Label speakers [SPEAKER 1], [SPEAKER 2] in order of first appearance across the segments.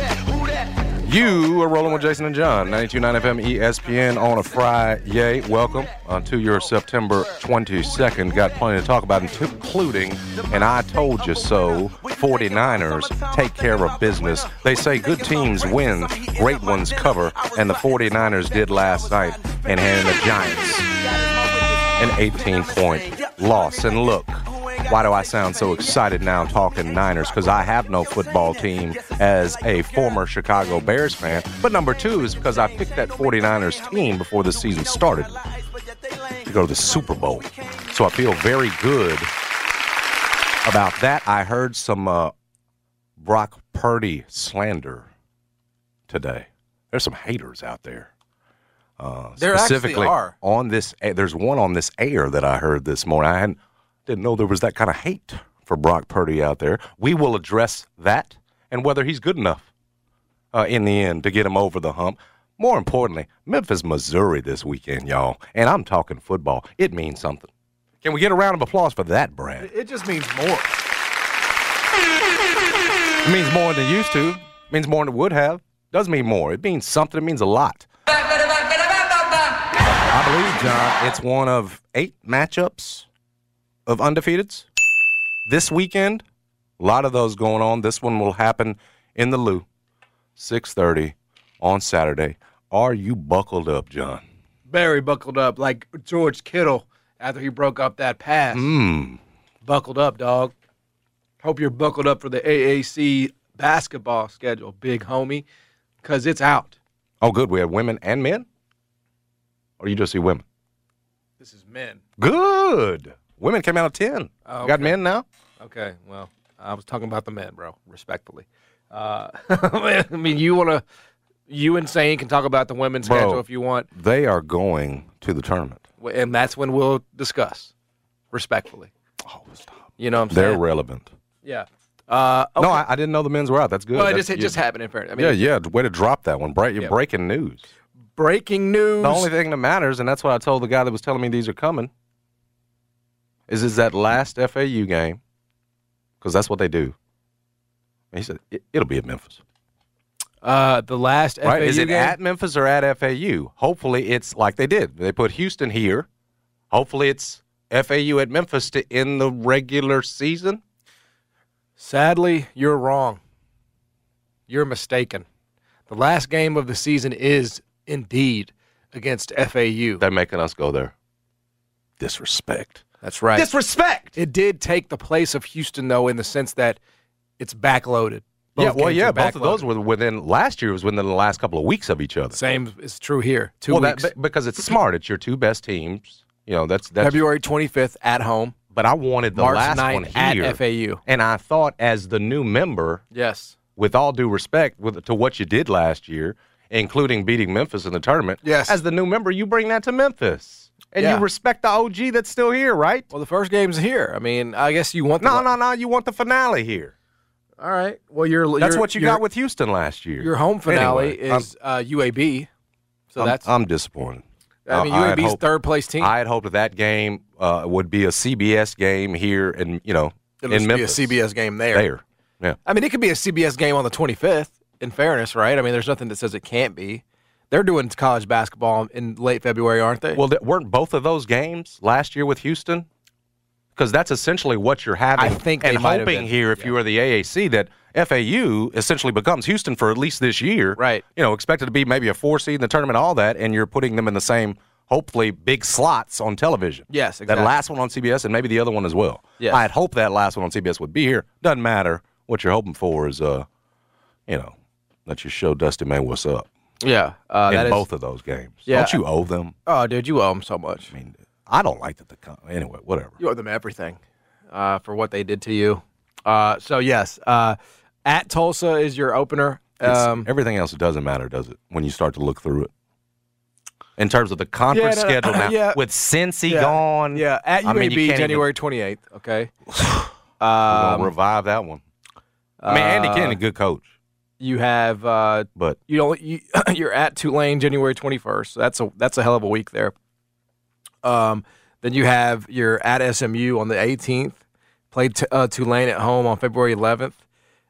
[SPEAKER 1] Hi. You are rolling with Jason and John, 92.9 FM ESPN on a Friday. Welcome uh, to your September 22nd. Got plenty to talk about, including an I told you so 49ers take care of business. They say good teams win, great ones cover, and the 49ers did last night and handed the Giants an 18 point loss. And look, why do I sound so excited now talking Niners? Because I have no football team as a former Chicago Bears fan. But number two is because I picked that 49ers team before the season started to go to the Super Bowl. So I feel very good about that. I heard some uh, Brock Purdy slander today. There's some haters out there. Uh,
[SPEAKER 2] There actually
[SPEAKER 1] specifically
[SPEAKER 2] are.
[SPEAKER 1] on this, a- there's one on this air that I heard this morning. I hadn't, didn't know there was that kind of hate for Brock Purdy out there. We will address that and whether he's good enough uh, in the end to get him over the hump. More importantly, Memphis, Missouri this weekend, y'all, and I'm talking football. It means something. Can we get a round of applause for that, Brad?
[SPEAKER 2] It just means more.
[SPEAKER 1] It means more than it used to. means more than it would have. Does mean more. It means something. It means a lot. I believe, John, it's one of eight matchups of undefeateds this weekend. A lot of those going on. This one will happen in the Lou, 6:30 on Saturday. Are you buckled up, John?
[SPEAKER 2] Very buckled up, like George Kittle after he broke up that pass.
[SPEAKER 1] Mmm.
[SPEAKER 2] Buckled up, dog. Hope you're buckled up for the AAC basketball schedule, big homie, because it's out.
[SPEAKER 1] Oh, good. We have women and men. Or you just see women?
[SPEAKER 2] This is men.
[SPEAKER 1] Good. Women came out of ten.
[SPEAKER 2] Oh,
[SPEAKER 1] You Got
[SPEAKER 2] okay.
[SPEAKER 1] men now.
[SPEAKER 2] Okay, well, I was talking about the men, bro, respectfully. Uh, I mean, you want to, you and Sane can talk about the women's
[SPEAKER 1] Bro.
[SPEAKER 2] schedule if you want,
[SPEAKER 1] They are going to the tournament.
[SPEAKER 2] and that's when we'll discuss, respectfully.
[SPEAKER 1] Oh, stop.
[SPEAKER 2] You know what I'm
[SPEAKER 1] They're
[SPEAKER 2] saying?
[SPEAKER 1] relevant.
[SPEAKER 2] Yeah. Uh, okay.
[SPEAKER 1] No, I, I didn't know the men's were out. That's good.
[SPEAKER 2] well, it
[SPEAKER 1] That's-
[SPEAKER 2] just, it
[SPEAKER 1] you-
[SPEAKER 2] just happened in fairness. I mean,
[SPEAKER 1] yeah, yeah. Way to drop that one. Break, You're
[SPEAKER 2] Yeah.
[SPEAKER 1] breaking news.
[SPEAKER 2] breaking news.
[SPEAKER 1] The only thing that matters, and that's what I told the guy that was telling me these are coming, is is that last FAU game, because that's what they do. And he said it, it'll be at Memphis.
[SPEAKER 2] uh, the last
[SPEAKER 1] Right?
[SPEAKER 2] FAU
[SPEAKER 1] is it
[SPEAKER 2] game?
[SPEAKER 1] at Memphis or at FAU? Hopefully, it's like they did. They put Houston here. Hopefully, it's FAU at Memphis to end the regular season.
[SPEAKER 2] Sadly, you're wrong. You're mistaken. The last game of the season is indeed against FAU.
[SPEAKER 1] They're making us go there. Disrespect.
[SPEAKER 2] That's right.
[SPEAKER 1] Disrespect.
[SPEAKER 2] It did take the place of Houston, though, in the sense that it's backloaded. Both
[SPEAKER 1] yeah, well,
[SPEAKER 2] games
[SPEAKER 1] yeah,
[SPEAKER 2] are
[SPEAKER 1] both of those
[SPEAKER 2] backloaded.
[SPEAKER 1] were within last year was within the last couple of weeks of each other.
[SPEAKER 2] Same is true here. Two
[SPEAKER 1] well,
[SPEAKER 2] weeks.
[SPEAKER 1] that be- because it's smart. It's your two best teams. You know, that's that's.
[SPEAKER 2] February 25th at home.
[SPEAKER 1] But I wanted the
[SPEAKER 2] March
[SPEAKER 1] last
[SPEAKER 2] 9th
[SPEAKER 1] one
[SPEAKER 2] at
[SPEAKER 1] here,
[SPEAKER 2] FAU.
[SPEAKER 1] and I thought as the new member,
[SPEAKER 2] Yes.
[SPEAKER 1] with all due respect with, to what you did last year, including beating Memphis in the tournament.
[SPEAKER 2] Yes.
[SPEAKER 1] As the new member, you bring that to Memphis, and
[SPEAKER 2] Yeah.
[SPEAKER 1] you respect the OG that's still here, right?
[SPEAKER 2] Well, the first game's here. I mean, I guess you want the
[SPEAKER 1] No, no, no. You want the finale here.
[SPEAKER 2] All right. Well, you're
[SPEAKER 1] That's
[SPEAKER 2] you're-
[SPEAKER 1] what you
[SPEAKER 2] you're-
[SPEAKER 1] got with Houston last year.
[SPEAKER 2] Your home finale
[SPEAKER 1] Anyway, I'm-
[SPEAKER 2] is uh, UAB, so
[SPEAKER 1] I'm,
[SPEAKER 2] that's i
[SPEAKER 1] I'm disappointed.
[SPEAKER 2] mean
[SPEAKER 1] I- I had
[SPEAKER 2] UAB's
[SPEAKER 1] hoped-
[SPEAKER 2] third place team.
[SPEAKER 1] I had hoped that, that game uh, would be a CBS game here, and you know,
[SPEAKER 2] It'll
[SPEAKER 1] in
[SPEAKER 2] just
[SPEAKER 1] Memphis.
[SPEAKER 2] be a CBS game there.
[SPEAKER 1] There, yeah.
[SPEAKER 2] I mean, it could be a CBS game on the 25th. In fairness, right? I mean, there's nothing that says it can't be. They're doing college basketball in late February, aren't they?
[SPEAKER 1] Well, that, weren't both of those games last year with Houston? Because that's essentially what you're having.
[SPEAKER 2] I think
[SPEAKER 1] and
[SPEAKER 2] they might have
[SPEAKER 1] hoping
[SPEAKER 2] been.
[SPEAKER 1] here, if you are the AAC, that FAU essentially becomes Houston for at least this year.
[SPEAKER 2] Right.
[SPEAKER 1] You know, expected to be maybe a four seed in the tournament, all that, and you're putting them in the same, hopefully, big slots on television.
[SPEAKER 2] Yes,
[SPEAKER 1] That
[SPEAKER 2] exactly.
[SPEAKER 1] last one on CBS and maybe the other one as well.
[SPEAKER 2] Yes.
[SPEAKER 1] I'd hope that last one on CBS would be here. Doesn't matter. What you're hoping for is, uh, you know, that you show Dusty May what's up
[SPEAKER 2] yeah. Uh,
[SPEAKER 1] in
[SPEAKER 2] that is-
[SPEAKER 1] both of those games.
[SPEAKER 2] Yeah.
[SPEAKER 1] Don't you owe them?
[SPEAKER 2] Oh, dude, you owe them so much.
[SPEAKER 1] I mean, I don't like that the con- anyway. Whatever.
[SPEAKER 2] You owe them everything uh, for what they did to you. Uh, so yes, uh, at Tulsa is your opener.
[SPEAKER 1] It's-
[SPEAKER 2] Um,
[SPEAKER 1] everything else doesn't matter, does it? When you start to look through it, in terms of the conference
[SPEAKER 2] no, no,
[SPEAKER 1] schedule now,
[SPEAKER 2] yeah.
[SPEAKER 1] with Cincy
[SPEAKER 2] yeah,
[SPEAKER 1] gone,
[SPEAKER 2] Yeah, at UAB,
[SPEAKER 1] I mean, you can't
[SPEAKER 2] January twenty eighth. Okay.
[SPEAKER 1] We're gonna
[SPEAKER 2] Um,
[SPEAKER 1] revive that one. I mean, Andy
[SPEAKER 2] uh,
[SPEAKER 1] Kennedy, good coach,
[SPEAKER 2] You have uh,
[SPEAKER 1] but
[SPEAKER 2] you don't you, you're at Tulane January 21st. That's a that's a hell of a week there. Um, then you have you're at SMU on the 18th. Play t- uh, Tulane at home on February 11th.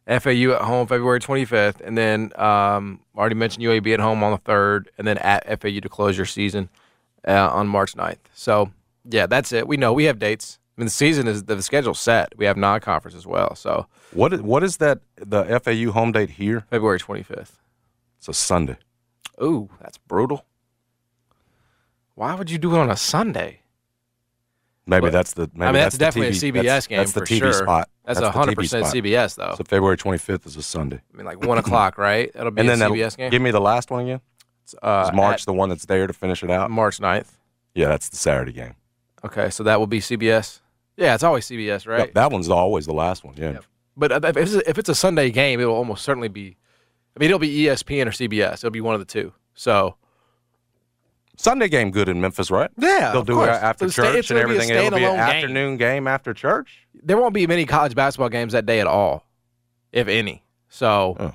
[SPEAKER 2] FAU at home February 25th, and then um, already mentioned UAB at home on the third, and then at FAU to close your season uh, on March 9th. So yeah, that's it. We know we have dates. I mean, the season is the schedule's set. We have non-conference as well. So
[SPEAKER 1] what is, what is that? The FAU home date here?
[SPEAKER 2] February 25th.
[SPEAKER 1] It's a Sunday.
[SPEAKER 2] Ooh, that's brutal. Why would you do it on a Sunday?
[SPEAKER 1] Maybe
[SPEAKER 2] But-
[SPEAKER 1] that's the. Maybe
[SPEAKER 2] I mean, that's,
[SPEAKER 1] the TV
[SPEAKER 2] definitely a CBS
[SPEAKER 1] that's,
[SPEAKER 2] game
[SPEAKER 1] That's the
[SPEAKER 2] for
[SPEAKER 1] TV
[SPEAKER 2] sure.
[SPEAKER 1] spot.
[SPEAKER 2] That's
[SPEAKER 1] the
[SPEAKER 2] a
[SPEAKER 1] TV
[SPEAKER 2] hundred percent
[SPEAKER 1] spot.
[SPEAKER 2] CBS though.
[SPEAKER 1] So February 25th is a Sunday,
[SPEAKER 2] I mean, like one o'clock, right? That'll be
[SPEAKER 1] and
[SPEAKER 2] a
[SPEAKER 1] then that'll-
[SPEAKER 2] CBS game.
[SPEAKER 1] Give me the last one again.
[SPEAKER 2] It's, uh,
[SPEAKER 1] Is March the one that's there to finish it
[SPEAKER 2] at
[SPEAKER 1] out?
[SPEAKER 2] March 9th.
[SPEAKER 1] Yeah, that's the Saturday game.
[SPEAKER 2] Okay, so that will be CBS. Yeah, it's always CBS, right?
[SPEAKER 1] Yep, that one's always the last one. Yeah.
[SPEAKER 2] Yep. But uh, if it's, if it's a Sunday game, it will almost certainly be. I mean, it'll be E ESPN or CBS. It'll be one of the two. So
[SPEAKER 1] Sunday game good in Memphis, right?
[SPEAKER 2] yeah,
[SPEAKER 1] They'll
[SPEAKER 2] of
[SPEAKER 1] do
[SPEAKER 2] course.
[SPEAKER 1] it after
[SPEAKER 2] It's a sta-
[SPEAKER 1] church
[SPEAKER 2] it's
[SPEAKER 1] and
[SPEAKER 2] gonna be a
[SPEAKER 1] everything. It'll be an
[SPEAKER 2] standalone game.
[SPEAKER 1] afternoon game after church.
[SPEAKER 2] there won't be many college basketball games that day at all, if any. So,
[SPEAKER 1] Oh.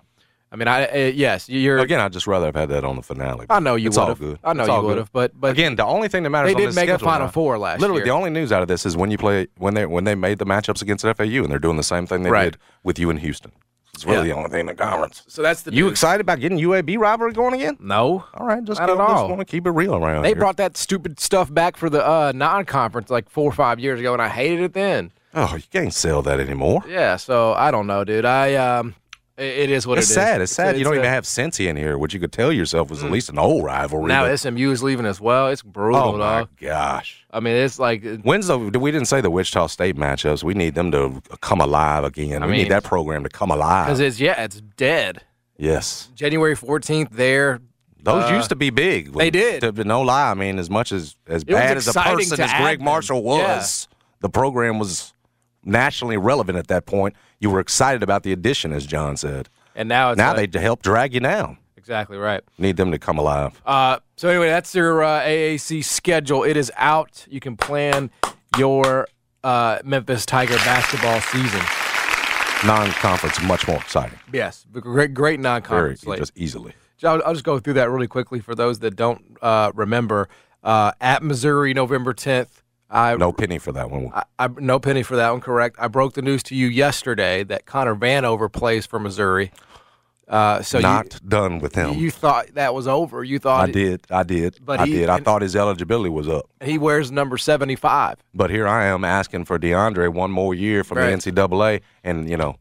[SPEAKER 2] I mean, I uh, yes, you're.
[SPEAKER 1] Again, I'd just rather have had that on the finale.
[SPEAKER 2] I know you
[SPEAKER 1] It's all
[SPEAKER 2] would have.
[SPEAKER 1] good.
[SPEAKER 2] I know
[SPEAKER 1] It's all
[SPEAKER 2] you would
[SPEAKER 1] good.
[SPEAKER 2] have, but but
[SPEAKER 1] Again, the only thing that matters
[SPEAKER 2] they
[SPEAKER 1] on
[SPEAKER 2] did
[SPEAKER 1] this
[SPEAKER 2] make a
[SPEAKER 1] schedule
[SPEAKER 2] Final
[SPEAKER 1] now-
[SPEAKER 2] Four last
[SPEAKER 1] Literally, the
[SPEAKER 2] year.
[SPEAKER 1] only news out of this is when you play when they when they made the matchups against FAU, and they're doing the same thing they
[SPEAKER 2] Right.
[SPEAKER 1] did with you in Houston. It's really the only thing in the conference.
[SPEAKER 2] so that's the
[SPEAKER 1] You
[SPEAKER 2] news.
[SPEAKER 1] excited about getting UAB rivalry going again?
[SPEAKER 2] No,
[SPEAKER 1] All right, just
[SPEAKER 2] Not at
[SPEAKER 1] go- just
[SPEAKER 2] all.
[SPEAKER 1] want to keep it real around
[SPEAKER 2] they
[SPEAKER 1] here.
[SPEAKER 2] brought that stupid stuff back for the uh, non-conference like four or five years ago, and I hated it then.
[SPEAKER 1] oh, you can't sell that anymore.
[SPEAKER 2] Yeah, so I don't know, dude. I um, i- it is what
[SPEAKER 1] it's
[SPEAKER 2] it is.
[SPEAKER 1] sad. It's
[SPEAKER 2] a-
[SPEAKER 1] sad. you don't
[SPEAKER 2] a- Mm.
[SPEAKER 1] even have Cincy in here, which you could tell yourself was at least an old rivalry.
[SPEAKER 2] now.
[SPEAKER 1] but-
[SPEAKER 2] SMU is leaving as well. It's brutal,
[SPEAKER 1] oh my
[SPEAKER 2] dog.
[SPEAKER 1] gosh.
[SPEAKER 2] I mean, it's like
[SPEAKER 1] When's the we didn't say the Wichita State matchups. We need them to come alive again.
[SPEAKER 2] I
[SPEAKER 1] we
[SPEAKER 2] mean-
[SPEAKER 1] need that program to come
[SPEAKER 2] because
[SPEAKER 1] alive.
[SPEAKER 2] it's yeah, it's dead.
[SPEAKER 1] yes,
[SPEAKER 2] January fourteenth, there.
[SPEAKER 1] those
[SPEAKER 2] uh,
[SPEAKER 1] used to be big.
[SPEAKER 2] they did.
[SPEAKER 1] To, no lie, I mean, as much as as
[SPEAKER 2] was
[SPEAKER 1] bad as a
[SPEAKER 2] exciting
[SPEAKER 1] person
[SPEAKER 2] to
[SPEAKER 1] as
[SPEAKER 2] add
[SPEAKER 1] Greg
[SPEAKER 2] them.
[SPEAKER 1] Marshall was, the program was nationally relevant at that point. You were excited about the addition, as John said.
[SPEAKER 2] and now it's
[SPEAKER 1] now
[SPEAKER 2] like-
[SPEAKER 1] they help drag you down.
[SPEAKER 2] exactly right.
[SPEAKER 1] Need them to come alive.
[SPEAKER 2] Uh, so anyway, that's your uh, AAC schedule. It is out. You can plan your uh, Memphis Tiger basketball season.
[SPEAKER 1] Non-conference, much more exciting.
[SPEAKER 2] Yes, great, great
[SPEAKER 1] Very
[SPEAKER 2] non-conference slate.
[SPEAKER 1] just easily.
[SPEAKER 2] I'll, I'll just go through that really quickly for those that don't uh, remember. Uh, at Missouri, November tenth. I,
[SPEAKER 1] No penny for that one.
[SPEAKER 2] I, I no penny for that one. Correct. I broke the news to you yesterday that Connor Vanover plays for Missouri. Uh, so you-
[SPEAKER 1] Not done with
[SPEAKER 2] you,
[SPEAKER 1] him.
[SPEAKER 2] thought that was over. You thought
[SPEAKER 1] I did. I did.
[SPEAKER 2] But
[SPEAKER 1] I
[SPEAKER 2] he-
[SPEAKER 1] did. I
[SPEAKER 2] and-
[SPEAKER 1] thought his eligibility was up.
[SPEAKER 2] he wears number seventy-five.
[SPEAKER 1] But here I am asking for DeAndre one more year from
[SPEAKER 2] Right.
[SPEAKER 1] the NCAA and, you know,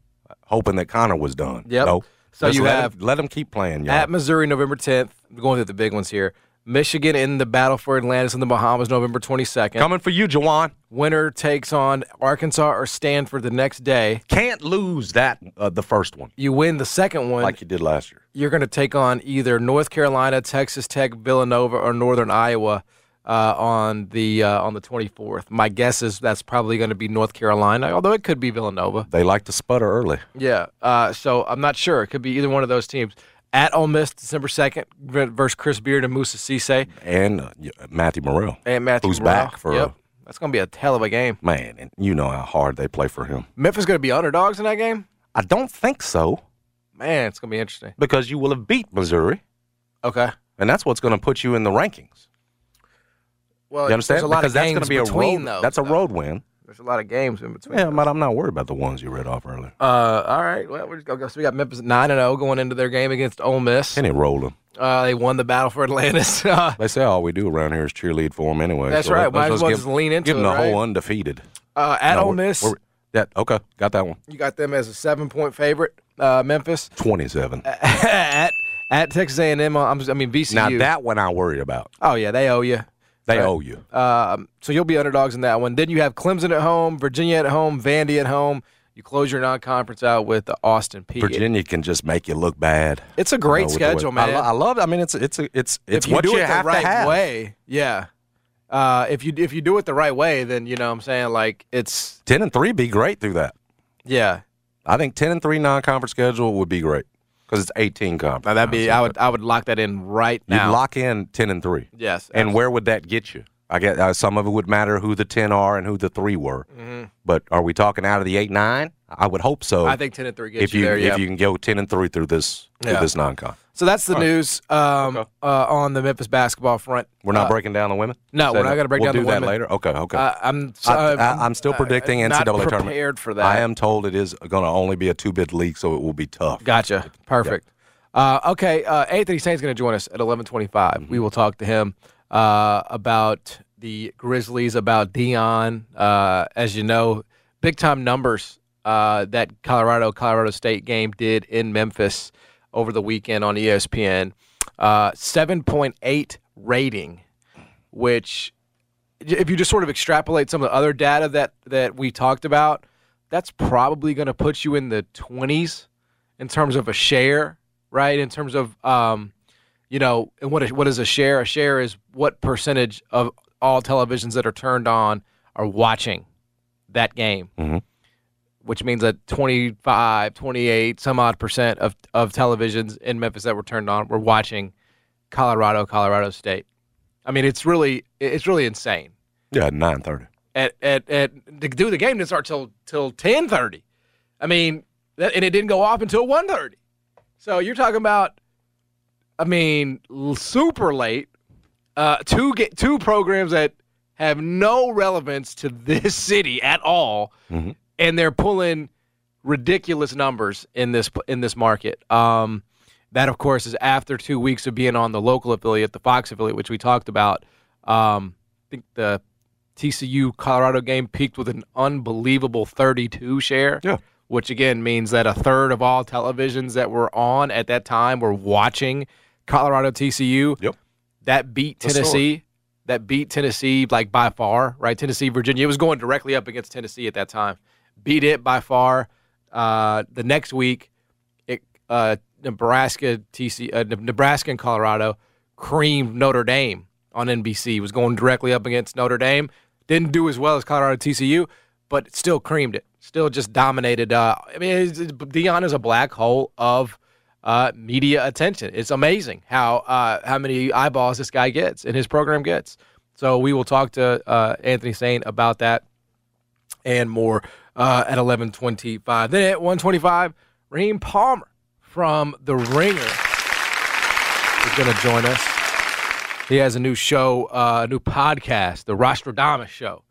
[SPEAKER 1] hoping that Connor was done.
[SPEAKER 2] Yep.
[SPEAKER 1] No.
[SPEAKER 2] So
[SPEAKER 1] Just
[SPEAKER 2] you
[SPEAKER 1] let
[SPEAKER 2] have-
[SPEAKER 1] him, let him keep playing, y'all.
[SPEAKER 2] At Missouri, November 10th. I'm going through the big ones here. Michigan in the battle for Atlantis in the Bahamas, November 22nd.
[SPEAKER 1] Coming for you, Jawan.
[SPEAKER 2] Winner takes on Arkansas or Stanford the next day.
[SPEAKER 1] Can't lose that uh, the first one
[SPEAKER 2] You win the second one,
[SPEAKER 1] like you did last year.
[SPEAKER 2] you're going to take on either North Carolina, Texas Tech, Villanova, or Northern Iowa uh, on the uh, on the 24th. My guess is that's probably going to be North Carolina, although it could be Villanova.
[SPEAKER 1] They like to sputter early.
[SPEAKER 2] Yeah. Uh, so I'm not sure. It could be either one of those teams. At Ole Miss, December 2nd versus Chris Beard and Musa Cisse.
[SPEAKER 1] And uh, y- Matthew Morrell.
[SPEAKER 2] And Matthew
[SPEAKER 1] Who's
[SPEAKER 2] Morrell.
[SPEAKER 1] back for-
[SPEAKER 2] Yep. That's going to be a hell of a game.
[SPEAKER 1] Man, and you know how hard they play for him.
[SPEAKER 2] Memphis going to be underdogs in that game?
[SPEAKER 1] I don't think so
[SPEAKER 2] Man, it's going to be interesting.
[SPEAKER 1] because you will have beat Missouri,
[SPEAKER 2] Okay.
[SPEAKER 1] and that's what's going to put you in the rankings.
[SPEAKER 2] Well,
[SPEAKER 1] You understand?
[SPEAKER 2] Oh, there's a lot
[SPEAKER 1] because
[SPEAKER 2] of
[SPEAKER 1] that's
[SPEAKER 2] games
[SPEAKER 1] gonna be
[SPEAKER 2] between
[SPEAKER 1] a road.
[SPEAKER 2] those.
[SPEAKER 1] that's a
[SPEAKER 2] though.
[SPEAKER 1] road win.
[SPEAKER 2] There's a lot of games in between.
[SPEAKER 1] Yeah, but I'm not worried about the ones you read off earlier.
[SPEAKER 2] Uh, all right. Well, we're, okay, so we got Memphis nine and zero going into their game against Ole Miss.
[SPEAKER 1] Kenny rolled them.
[SPEAKER 2] Uh, they won the battle for Atlantis. Uh,
[SPEAKER 1] They say all we do around here is cheerlead for them anyway.
[SPEAKER 2] That's
[SPEAKER 1] so
[SPEAKER 2] right.
[SPEAKER 1] let-
[SPEAKER 2] Might
[SPEAKER 1] let's- let's
[SPEAKER 2] as well
[SPEAKER 1] give-
[SPEAKER 2] just lean into
[SPEAKER 1] give them
[SPEAKER 2] it,
[SPEAKER 1] the whole
[SPEAKER 2] right?
[SPEAKER 1] undefeated.
[SPEAKER 2] uh, at
[SPEAKER 1] No,
[SPEAKER 2] Ole
[SPEAKER 1] we're-
[SPEAKER 2] Miss,
[SPEAKER 1] we're- that okay? Got that one.
[SPEAKER 2] you got them as a seven point favorite. Uh, Memphis
[SPEAKER 1] Twenty-seven.
[SPEAKER 2] at at Texas A and M. uh, I mean VCU.
[SPEAKER 1] now that one I worry about.
[SPEAKER 2] oh yeah, they owe you.
[SPEAKER 1] They
[SPEAKER 2] Right.
[SPEAKER 1] owe you.
[SPEAKER 2] Um, so you'll be underdogs in that one. Then you have Clemson at home, Virginia at home, Vandy at home. You close your non-conference out with the Austin P.
[SPEAKER 1] Virginia can just make you look bad.
[SPEAKER 2] It's a great
[SPEAKER 1] with the way-
[SPEAKER 2] schedule, man.
[SPEAKER 1] I, lo- I love. I mean, it's it's a- it's it's
[SPEAKER 2] if you
[SPEAKER 1] what
[SPEAKER 2] do
[SPEAKER 1] you
[SPEAKER 2] it
[SPEAKER 1] have
[SPEAKER 2] the right
[SPEAKER 1] to have.
[SPEAKER 2] way, yeah. Uh, if you if you do it the right way, then you know what I'm saying like it's
[SPEAKER 1] Ten and three be great through that.
[SPEAKER 2] yeah.
[SPEAKER 1] I think ten and three non-conference schedule would be great because it's eighteen conference.
[SPEAKER 2] Now that'd be
[SPEAKER 1] now, so
[SPEAKER 2] I would I would lock that in right
[SPEAKER 1] You'd
[SPEAKER 2] Uh, now.
[SPEAKER 1] lock in ten and three,
[SPEAKER 2] yes,
[SPEAKER 1] and where would that get you? I guess uh, some of it would matter who the ten are and who the three were. But are we talking out of the eight nine? I would hope so.
[SPEAKER 2] Mm-hmm. I think ten and three gets
[SPEAKER 1] if you,
[SPEAKER 2] you, there. Yeah.
[SPEAKER 1] if you can go ten and three through this
[SPEAKER 2] Yeah.
[SPEAKER 1] through this non-con,
[SPEAKER 2] so that's the news um,
[SPEAKER 1] Okay.
[SPEAKER 2] uh, on the Memphis basketball front.
[SPEAKER 1] we're not
[SPEAKER 2] Uh,
[SPEAKER 1] breaking down the women.
[SPEAKER 2] no,
[SPEAKER 1] Is
[SPEAKER 2] we're
[SPEAKER 1] that-
[SPEAKER 2] not gonna break
[SPEAKER 1] we'll
[SPEAKER 2] down
[SPEAKER 1] do
[SPEAKER 2] the
[SPEAKER 1] that
[SPEAKER 2] women.
[SPEAKER 1] later. Okay, okay.
[SPEAKER 2] Uh, I'm so, uh,
[SPEAKER 1] I, I, I'm still predicting NCAA
[SPEAKER 2] not
[SPEAKER 1] tournament.
[SPEAKER 2] prepared for that.
[SPEAKER 1] I am told it is going to only be a two bid league, so it will be tough.
[SPEAKER 2] Gotcha. Perfect. Uh, okay, uh, Anthony Saint's going to join us at 11:25. We will talk to him uh, about the Grizzlies, about Dion. Uh, as you know, big time numbers uh, that Colorado Colorado State game did in Memphis over the weekend on E ESPN. Uh, 7.8 rating, which if you just sort of extrapolate some of the other data that that we talked about, that's probably going to put you in the 20s in terms of a share, right? In terms of, um, you know, and what is, what is a share? A share is what percentage of all televisions that are turned on are watching that game,
[SPEAKER 1] Mhm.
[SPEAKER 2] which means that 25, 28, some odd percent of, of televisions in Memphis that were turned on were watching Colorado, Colorado State. I mean, it's really it's really insane.
[SPEAKER 1] Yeah, nine thirty.
[SPEAKER 2] At at, at to do the game didn't start till till ten thirty. I mean, that, and it didn't go off until 1.30. So you're talking about, I mean, l- super late. Uh, two ga- two programs that have no relevance to this city at all,
[SPEAKER 1] Mhm.
[SPEAKER 2] and they're pulling ridiculous numbers in this in this market. Um, that of course is after two weeks of being on the local affiliate, the Fox affiliate, which we talked about. Um, I think the TCU Colorado game peaked with an unbelievable 32 share
[SPEAKER 1] Yeah.
[SPEAKER 2] which again means that a third of all televisions that were on at that time were watching Colorado TCU.
[SPEAKER 1] Yep.
[SPEAKER 2] That beat
[SPEAKER 1] That's solid.
[SPEAKER 2] Tennessee. That beat Tennessee like by far, right? Tennessee, Virginia. It was going directly up against Tennessee at that time. Beat it by far. Uh, the next week, it uh, Nebraska, TC, uh, Ne- Nebraska and Colorado creamed Notre Dame on NBC. Was going directly up against Notre Dame. Didn't do as well as Colorado TCU, but still creamed it. Still just dominated. Uh, I mean, it's, it's, Dion is a black hole of uh, media attention. It's amazing how uh, how many eyeballs this guy gets and his program gets. So we will talk to uh, Anthony Saint about that and more uh, at 11:25. Then at 1:25, Raheem Palmer from The Ringer is going to join us. He has a new show, uh, a new podcast, The Rostradamus Show.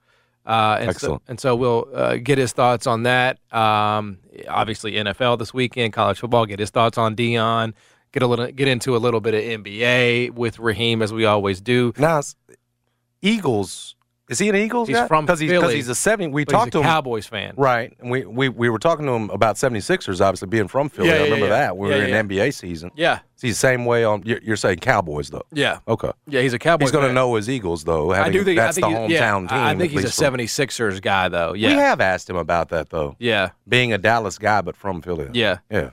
[SPEAKER 2] Uh, and
[SPEAKER 1] Excellent.
[SPEAKER 2] So, and so we'll uh, get his thoughts on that. Um, obviously, NFL this weekend, college football. Get his thoughts on Dion. Get a little, get into a little bit of NBA with Raheem as we always do.
[SPEAKER 1] Now, it's- Eagles. Is he an Eagles?
[SPEAKER 2] He's
[SPEAKER 1] guy?
[SPEAKER 2] from
[SPEAKER 1] because he's, 'cause
[SPEAKER 2] Philly,
[SPEAKER 1] he's a seventy. We
[SPEAKER 2] But
[SPEAKER 1] talked
[SPEAKER 2] he's
[SPEAKER 1] to
[SPEAKER 2] a
[SPEAKER 1] him.
[SPEAKER 2] Cowboys fan.
[SPEAKER 1] Right, and we, we we were talking to him about 76ers, obviously being from Philly.
[SPEAKER 2] Yeah,
[SPEAKER 1] I
[SPEAKER 2] yeah,
[SPEAKER 1] remember
[SPEAKER 2] yeah.
[SPEAKER 1] that when
[SPEAKER 2] Yeah,
[SPEAKER 1] we were
[SPEAKER 2] yeah.
[SPEAKER 1] in NBA season.
[SPEAKER 2] Yeah,
[SPEAKER 1] See, same way on you're, you're saying Cowboys though.
[SPEAKER 2] yeah,
[SPEAKER 1] Okay,
[SPEAKER 2] yeah. He's a Cowboys.
[SPEAKER 1] he's going to
[SPEAKER 2] fan.
[SPEAKER 1] know his Eagles though. Having,
[SPEAKER 2] I do think
[SPEAKER 1] that's
[SPEAKER 2] I think
[SPEAKER 1] the hometown
[SPEAKER 2] he- yeah,
[SPEAKER 1] team.
[SPEAKER 2] I- I
[SPEAKER 1] at
[SPEAKER 2] think he's a
[SPEAKER 1] least for-
[SPEAKER 2] 76ers guy though.
[SPEAKER 1] We
[SPEAKER 2] Yeah.
[SPEAKER 1] have asked him about that though,
[SPEAKER 2] Yeah.
[SPEAKER 1] being a Dallas guy but from Philly.
[SPEAKER 2] Yeah.
[SPEAKER 1] yeah. Oh,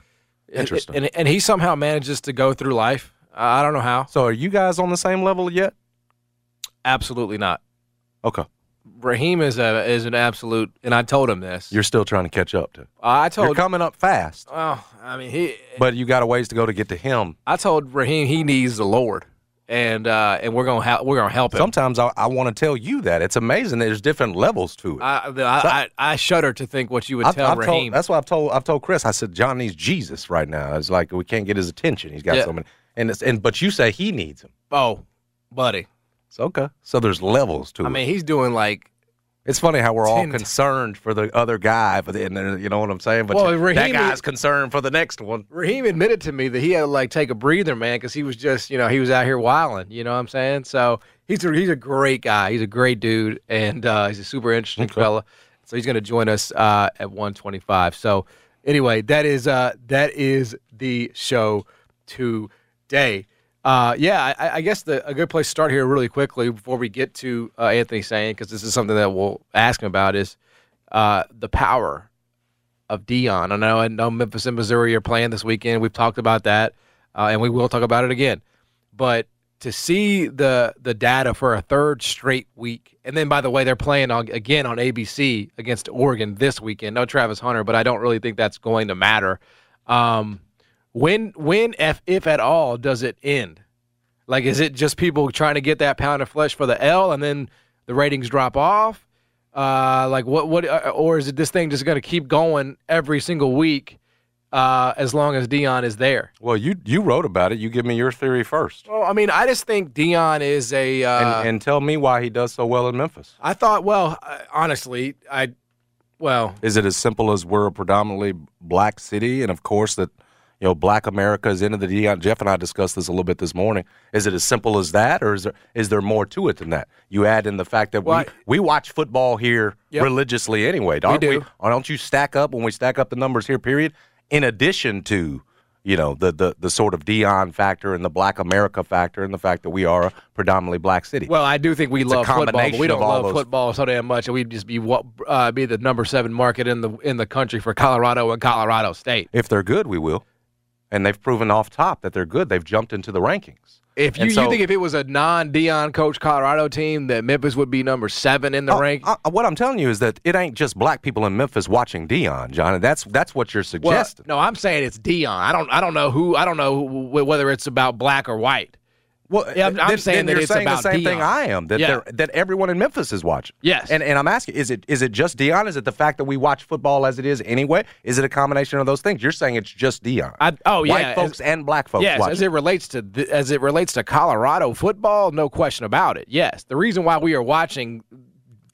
[SPEAKER 1] Interesting.
[SPEAKER 2] And, and and he somehow manages to go through life. I I don't know how.
[SPEAKER 1] so, are you guys on the same level yet?
[SPEAKER 2] Absolutely not.
[SPEAKER 1] Okay,
[SPEAKER 2] Raheem is a is an absolute and I told him this.
[SPEAKER 1] you're still trying to catch up to.
[SPEAKER 2] I
[SPEAKER 1] You're
[SPEAKER 2] told
[SPEAKER 1] coming up fast,
[SPEAKER 2] well, I mean he
[SPEAKER 1] but you got a ways to go to get to him.
[SPEAKER 2] I told Raheem he needs the Lord. And uh and we're going to help we're going to help him.
[SPEAKER 1] Sometimes I, I want to tell you that it's amazing. There's different levels to it.
[SPEAKER 2] I, the- I, I I shudder to think what you would
[SPEAKER 1] I've-
[SPEAKER 2] tell
[SPEAKER 1] I've
[SPEAKER 2] Raheem.
[SPEAKER 1] told, that's why I've told I've told Chris. I said John needs Jesus right now. It's like we can't get his attention. He's got
[SPEAKER 2] Yeah.
[SPEAKER 1] so many, and it's, and but you say he needs him.
[SPEAKER 2] oh, buddy.
[SPEAKER 1] It's okay. So there's levels to
[SPEAKER 2] I
[SPEAKER 1] it.
[SPEAKER 2] mean, he's doing like
[SPEAKER 1] It's funny how we're all
[SPEAKER 2] Ten times.
[SPEAKER 1] concerned for the other guy, but then there- you know what I'm saying. But
[SPEAKER 2] Well,
[SPEAKER 1] that
[SPEAKER 2] Raheem-
[SPEAKER 1] guy's concerned for the next one.
[SPEAKER 2] Raheem admitted to me that he had to like take a breather, man, because he was just, you know, he was out here wilding. You know what I'm saying? So he's a, he's a great guy. He's a great dude, and uh, he's a super interesting fella. So he's going to join us uh, at 125. So anyway, that is uh, that is the show today. Uh, yeah, I, I guess the, a good place to start here really quickly before we get to uh, Anthony saying because this is something that we'll ask him about is uh, the power of Dion. I know, I know Memphis and Missouri are playing this weekend. We've talked about that, uh, and we will talk about it again. But to see the the data for a third straight week, and then by the way, they're playing on, again on ABC against Oregon this weekend. No Travis Hunter, but I don't really think that's going to matter. Um, when when if if at all does it end? Like, is it just people trying to get that pound of flesh for the L, and then the ratings drop off? Uh, like what what uh, or is it this thing just going to keep going every single week uh, as long as Dion is there?
[SPEAKER 1] Well, you you wrote about it. You give me your theory first,
[SPEAKER 2] Well, I mean, I just think Dion is a. Uh,
[SPEAKER 1] and, and tell me why he does so well in Memphis.
[SPEAKER 2] I thought, well, I- honestly, I, well,
[SPEAKER 1] Is it as simple as we're a predominantly black city, and of course that you know black America is into the Deion. Jeff and I discussed this a little bit this morning. Is it as simple as that, or is there is there more to it than that? You add in the fact that
[SPEAKER 2] Well, I-
[SPEAKER 1] we we watch football here
[SPEAKER 2] Yep.
[SPEAKER 1] religiously anyway, aren't we?
[SPEAKER 2] do.
[SPEAKER 1] Or don't you stack up when we stack up the numbers here? Period. In addition to you know the the the sort of Dion factor and the Black America factor and the fact that we are a predominantly black city.
[SPEAKER 2] well, I do think we
[SPEAKER 1] a
[SPEAKER 2] love football, but
[SPEAKER 1] combination
[SPEAKER 2] we don't
[SPEAKER 1] of all
[SPEAKER 2] love
[SPEAKER 1] those-
[SPEAKER 2] football so damn much, and we'd just be what uh, be the number seven market in the in the country for Colorado and Colorado State.
[SPEAKER 1] if they're good, we will. And they've proven off top that they're good. They've jumped into the rankings.
[SPEAKER 2] If you,
[SPEAKER 1] And so-
[SPEAKER 2] you think if it was a non Dion coach Colorado team, that Memphis would be number seven in the
[SPEAKER 1] Oh,
[SPEAKER 2] rank.
[SPEAKER 1] I- what I'm telling you is that it ain't just black people in Memphis watching Dion, John. That's that's what you're
[SPEAKER 2] Well,
[SPEAKER 1] suggesting.
[SPEAKER 2] no, I'm saying it's Dion. I don't. I don't know who. I don't know wh- whether it's about black or white.
[SPEAKER 1] Well,
[SPEAKER 2] yeah, I'm- I'm saying that
[SPEAKER 1] Uh, you're
[SPEAKER 2] it's
[SPEAKER 1] saying
[SPEAKER 2] about
[SPEAKER 1] the same
[SPEAKER 2] Deion.
[SPEAKER 1] thing I am. That
[SPEAKER 2] Yeah.
[SPEAKER 1] they're that everyone in Memphis is watching.
[SPEAKER 2] Yes.
[SPEAKER 1] And and I'm asking, is it is it just Dion? Is it the fact that we watch football as it is anyway? Is it a combination of those things? You're saying it's just Dion.
[SPEAKER 2] I, oh yeah,
[SPEAKER 1] White
[SPEAKER 2] as-
[SPEAKER 1] folks and black folks
[SPEAKER 2] Yes,
[SPEAKER 1] watch
[SPEAKER 2] as
[SPEAKER 1] it.
[SPEAKER 2] it relates to th- as it relates to Colorado football, no question about it. Yes, the reason why we are watching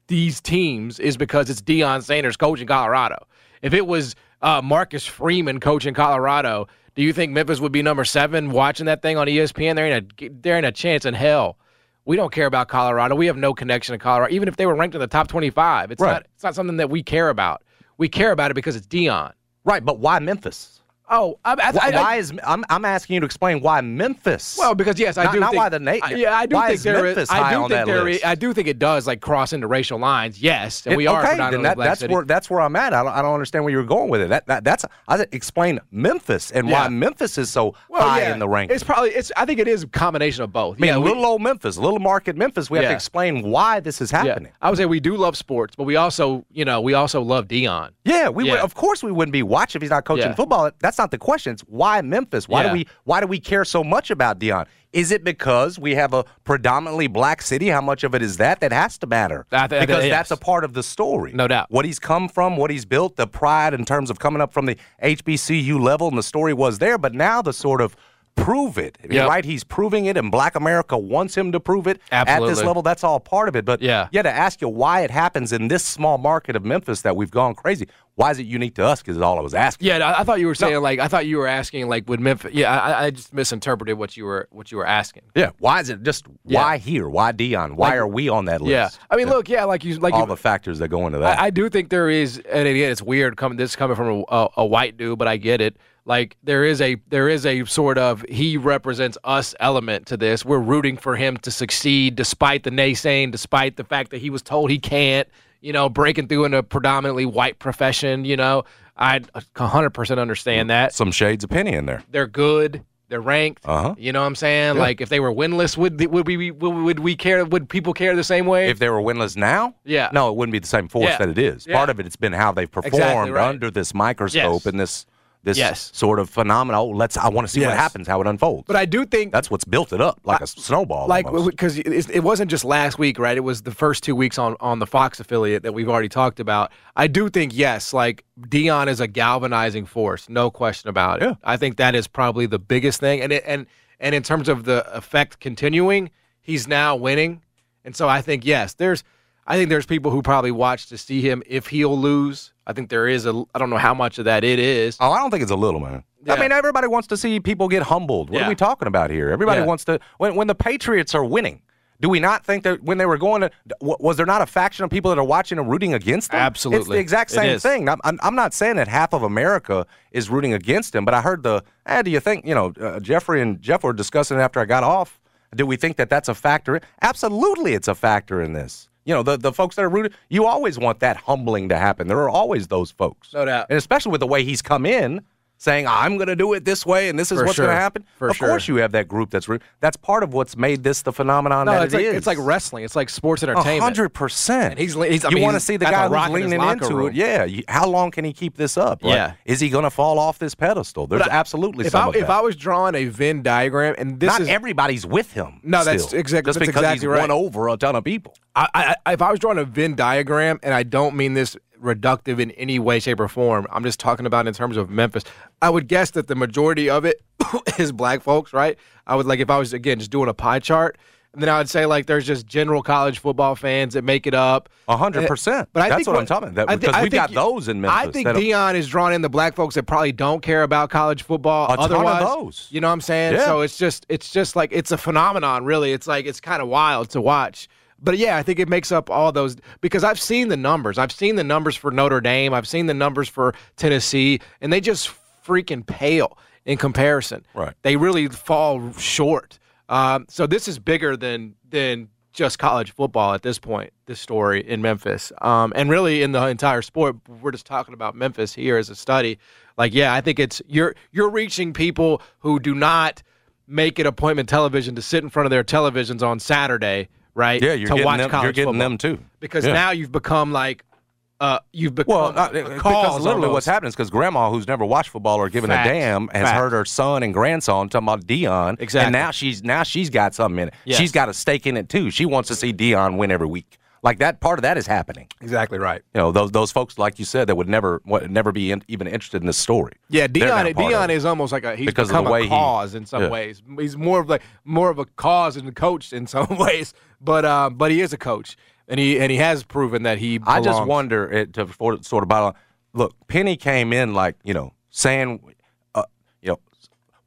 [SPEAKER 2] these teams is because it's Deion Sanders coaching Colorado. If it was uh, Marcus Freeman coaching Colorado, do you think Memphis would be number seven watching that thing on E ESPN? There ain't a there ain't a chance in hell. We don't care about Colorado. We have no connection to Colorado. Even if they were ranked in the top twenty-five, it's
[SPEAKER 1] Right.
[SPEAKER 2] not it's not something that we care about. We care about it because it's Dion.
[SPEAKER 1] Right, but why Memphis?
[SPEAKER 2] Oh, I, I,
[SPEAKER 1] Why,
[SPEAKER 2] I,
[SPEAKER 1] why is I'm I'm asking you to explain why Memphis?
[SPEAKER 2] Well, because yes, I
[SPEAKER 1] Not-
[SPEAKER 2] do.
[SPEAKER 1] not
[SPEAKER 2] think,
[SPEAKER 1] why the na-
[SPEAKER 2] I- yeah, I do
[SPEAKER 1] why
[SPEAKER 2] think
[SPEAKER 1] is
[SPEAKER 2] there
[SPEAKER 1] Memphis
[SPEAKER 2] is. I
[SPEAKER 1] high
[SPEAKER 2] do
[SPEAKER 1] on
[SPEAKER 2] think
[SPEAKER 1] that
[SPEAKER 2] there
[SPEAKER 1] list?
[SPEAKER 2] is- I do think it does like cross into racial lines. Yes, and we
[SPEAKER 1] It-
[SPEAKER 2] are
[SPEAKER 1] okay. Then
[SPEAKER 2] predominantly
[SPEAKER 1] that,
[SPEAKER 2] a black
[SPEAKER 1] that's
[SPEAKER 2] city.
[SPEAKER 1] where that's where I'm at. I don't, I don't understand where you're going with it. That, that that's I said explain Memphis and why
[SPEAKER 2] Yeah.
[SPEAKER 1] Memphis is so
[SPEAKER 2] well,
[SPEAKER 1] high
[SPEAKER 2] yeah,
[SPEAKER 1] in the rankings.
[SPEAKER 2] It's probably. It's. I think it is a combination of both.
[SPEAKER 1] I mean,
[SPEAKER 2] yeah, we-
[SPEAKER 1] little old Memphis, little market Memphis. We have
[SPEAKER 2] Yeah.
[SPEAKER 1] to explain why this is
[SPEAKER 2] yeah.
[SPEAKER 1] happening.
[SPEAKER 2] I would say we do love sports, but we also, you know, we also love Dion.
[SPEAKER 1] Yeah, we Would,
[SPEAKER 2] Yeah.
[SPEAKER 1] of course we wouldn't be watching if he's not coaching
[SPEAKER 2] Yeah.
[SPEAKER 1] football. That's not the question. It's why Memphis? Why
[SPEAKER 2] Yeah.
[SPEAKER 1] do we why do we care so much about Dion? Is it because we have a predominantly black city? How much of it is that that has to matter?
[SPEAKER 2] I thi- I thi-
[SPEAKER 1] because
[SPEAKER 2] yes.
[SPEAKER 1] that's a part of the story,
[SPEAKER 2] No doubt.
[SPEAKER 1] What he's come from, what he's built, the pride in terms of coming up from the HBCU level, and the story was there. But now the sort of prove it,
[SPEAKER 2] Yep.
[SPEAKER 1] right? He's proving it, and Black America wants him to prove it at this
[SPEAKER 2] Absolutely.
[SPEAKER 1] level. That's all part of it. But
[SPEAKER 2] Yeah.
[SPEAKER 1] yeah, to ask you why it happens in this small market of Memphis that we've gone crazy. Why is it unique to us? Because all I was asking.
[SPEAKER 2] Yeah, I, I thought you were saying like I thought you were asking like would Memphis? Yeah, I, I just misinterpreted what you were what you were asking.
[SPEAKER 1] Yeah. Why is it just why here? Why Dion? Why are we on that list?
[SPEAKER 2] Yeah, I mean, look, yeah, like you like
[SPEAKER 1] all
[SPEAKER 2] you,
[SPEAKER 1] the factors that go into that.
[SPEAKER 2] I, I do think there is, and again, it's weird coming this coming from a, a, a white dude, but I get it. Like there is a there is a sort of he represents us element to this. We're rooting for him to succeed, despite the naysaying, despite the fact that he was told he can't. You know, breaking through in a predominantly white profession. You know, I 100% understand that.
[SPEAKER 1] Some shades of penny in there.
[SPEAKER 2] They're good. They're ranked.
[SPEAKER 1] Uh-huh.
[SPEAKER 2] You know what I'm saying? Like if they were winless, would th- would we would, would we care? Would people care the same way?
[SPEAKER 1] If they were winless now,
[SPEAKER 2] Yeah.
[SPEAKER 1] no, it wouldn't be the same force
[SPEAKER 2] Yeah.
[SPEAKER 1] that it is.
[SPEAKER 2] Yeah.
[SPEAKER 1] Part of it, it's been how they've performed
[SPEAKER 2] right.
[SPEAKER 1] under this microscope
[SPEAKER 2] Yes.
[SPEAKER 1] and this this
[SPEAKER 2] Yes.
[SPEAKER 1] sort of phenomenal. Let's. I want to see what
[SPEAKER 2] Yes.
[SPEAKER 1] happens, how it unfolds.
[SPEAKER 2] but I do think
[SPEAKER 1] That's what's built it up like a snowball.
[SPEAKER 2] like
[SPEAKER 1] almost.
[SPEAKER 2] because it, it wasn't just last week right it was the first two weeks on on the fox affiliate that we've already talked about i do think yes like dion is a galvanizing force no question about it
[SPEAKER 1] Yeah.
[SPEAKER 2] i think that is probably the biggest thing and it, and and in terms of the effect continuing he's now winning and so i think yes there's I- I think there's people who probably watch to see him if he'll lose. I think there is a. I don't know how much of that it is.
[SPEAKER 1] Oh, I don't think it's a little, man. I
[SPEAKER 2] Yeah.
[SPEAKER 1] mean, everybody wants to see people get humbled. What are
[SPEAKER 2] Yeah.
[SPEAKER 1] we talking about here? Everybody
[SPEAKER 2] Yeah.
[SPEAKER 1] wants to. When, when the Patriots are winning, do we not think that when they were going to, w- was there not a faction of people that are watching and rooting against them? It's the
[SPEAKER 2] Absolutely.
[SPEAKER 1] exact
[SPEAKER 2] It
[SPEAKER 1] same
[SPEAKER 2] is.
[SPEAKER 1] thing. I'm, I'm, I'm not saying that half of America is rooting against him, but I heard the, eh, do you think, you know, uh, Jeffrey and Jeff were discussing it after I got off. Do we think that that's a factor? Absolutely, it's a factor in this. You know, the, the folks that are rooting, you always want that humbling to happen. There are always those folks.
[SPEAKER 2] No doubt.
[SPEAKER 1] And especially with the way he's come in, saying, I'm going to do it this way and this is
[SPEAKER 2] For
[SPEAKER 1] what's going
[SPEAKER 2] sure.
[SPEAKER 1] to happen.
[SPEAKER 2] For
[SPEAKER 1] of
[SPEAKER 2] sure.
[SPEAKER 1] course, you have that group that's root. That's part of what's made this the phenomenon
[SPEAKER 2] No,
[SPEAKER 1] that
[SPEAKER 2] it's
[SPEAKER 1] it
[SPEAKER 2] like,
[SPEAKER 1] is.
[SPEAKER 2] it's like wrestling. It's like sports
[SPEAKER 1] A
[SPEAKER 2] entertainment.
[SPEAKER 1] hundred percent.
[SPEAKER 2] And he's le- he's- I
[SPEAKER 1] you
[SPEAKER 2] mean,
[SPEAKER 1] want to
[SPEAKER 2] he's
[SPEAKER 1] see the
[SPEAKER 2] got the
[SPEAKER 1] guy
[SPEAKER 2] rock
[SPEAKER 1] who's
[SPEAKER 2] in his
[SPEAKER 1] leaning
[SPEAKER 2] locker
[SPEAKER 1] into it.
[SPEAKER 2] room.
[SPEAKER 1] Yeah. You- How long can he keep this up? right?
[SPEAKER 2] Yeah.
[SPEAKER 1] Is he going to fall off this pedestal? There's
[SPEAKER 2] I-
[SPEAKER 1] absolutely
[SPEAKER 2] If
[SPEAKER 1] some
[SPEAKER 2] I
[SPEAKER 1] of
[SPEAKER 2] if
[SPEAKER 1] that.
[SPEAKER 2] I was drawing a Venn diagram, and this
[SPEAKER 1] Not
[SPEAKER 2] is
[SPEAKER 1] everybody's with him.
[SPEAKER 2] No, that's
[SPEAKER 1] still,
[SPEAKER 2] exact-
[SPEAKER 1] Just
[SPEAKER 2] that's
[SPEAKER 1] because he's
[SPEAKER 2] exactly right.
[SPEAKER 1] won over a ton of people.
[SPEAKER 2] I, I, if I was drawing a Venn diagram, and I don't mean this reductive in any way, shape, or form, I'm just talking about in terms of Memphis. I would guess that the majority of it is black folks, right? I would like if I was again just doing a pie chart, and then I would say like there's just general college football fans that make it up.
[SPEAKER 1] A hundred percent.
[SPEAKER 2] But I
[SPEAKER 1] That's
[SPEAKER 2] think
[SPEAKER 1] what I'm talking about, that-
[SPEAKER 2] I thi-
[SPEAKER 1] because
[SPEAKER 2] I
[SPEAKER 1] we've got
[SPEAKER 2] think-
[SPEAKER 1] those in Memphis
[SPEAKER 2] I think
[SPEAKER 1] that'll-
[SPEAKER 2] Dion is drawing in the black folks that probably don't care about college football.
[SPEAKER 1] A ton of
[SPEAKER 2] Otherwise,
[SPEAKER 1] those.
[SPEAKER 2] you know what I'm saying?
[SPEAKER 1] Yeah.
[SPEAKER 2] So it's just it's just like it's a phenomenon, really. It's like it's kind of wild to watch. But yeah, I think it makes up all those because I've seen the numbers. I've seen the numbers for Notre Dame. I've seen the numbers for Tennessee, and they just freaking pale in comparison.
[SPEAKER 1] Right.
[SPEAKER 2] They really fall short. Um, so this is bigger than than just college football at this point. This story in Memphis, um, and really in the entire sport, we're just talking about Memphis here as a study. Like, yeah, I think it's you're you're reaching people who do not make it appointment television to sit in front of their televisions on Saturday, right?
[SPEAKER 1] Yeah, you're
[SPEAKER 2] to
[SPEAKER 1] getting
[SPEAKER 2] watch
[SPEAKER 1] them-
[SPEAKER 2] college
[SPEAKER 1] you're getting
[SPEAKER 2] football.
[SPEAKER 1] them too.
[SPEAKER 2] because
[SPEAKER 1] Yeah.
[SPEAKER 2] now you've become like uh, you've become
[SPEAKER 1] Well,
[SPEAKER 2] a
[SPEAKER 1] not, it-
[SPEAKER 2] cause
[SPEAKER 1] because literally
[SPEAKER 2] almost.
[SPEAKER 1] what's happening is because grandma, who's never watched football or given
[SPEAKER 2] Facts.
[SPEAKER 1] a damn, has
[SPEAKER 2] Facts.
[SPEAKER 1] heard her son and grandson talking about Dion.
[SPEAKER 2] Exactly.
[SPEAKER 1] And now she's now she's got something in it.
[SPEAKER 2] Yes.
[SPEAKER 1] She's got a stake in it too. She wants to see Dion win every week. Like that part of that is happening.
[SPEAKER 2] exactly right.
[SPEAKER 1] You know, those those folks, like you said, that would never what, never be in, even interested in this story.
[SPEAKER 2] Yeah,
[SPEAKER 1] They're now
[SPEAKER 2] Dion.
[SPEAKER 1] part of
[SPEAKER 2] Dion
[SPEAKER 1] it.
[SPEAKER 2] is almost like a he's
[SPEAKER 1] Because of the
[SPEAKER 2] become
[SPEAKER 1] way
[SPEAKER 2] a
[SPEAKER 1] he-
[SPEAKER 2] cause in some
[SPEAKER 1] yeah.
[SPEAKER 2] ways. He's more of like more of a cause and a coach in some ways. But uh, but he is a coach, and he and he has proven that he.
[SPEAKER 1] I just
[SPEAKER 2] belongs.
[SPEAKER 1] wonder it, to for, sort of bottom. Look, Penny came in like you know saying, uh, you know,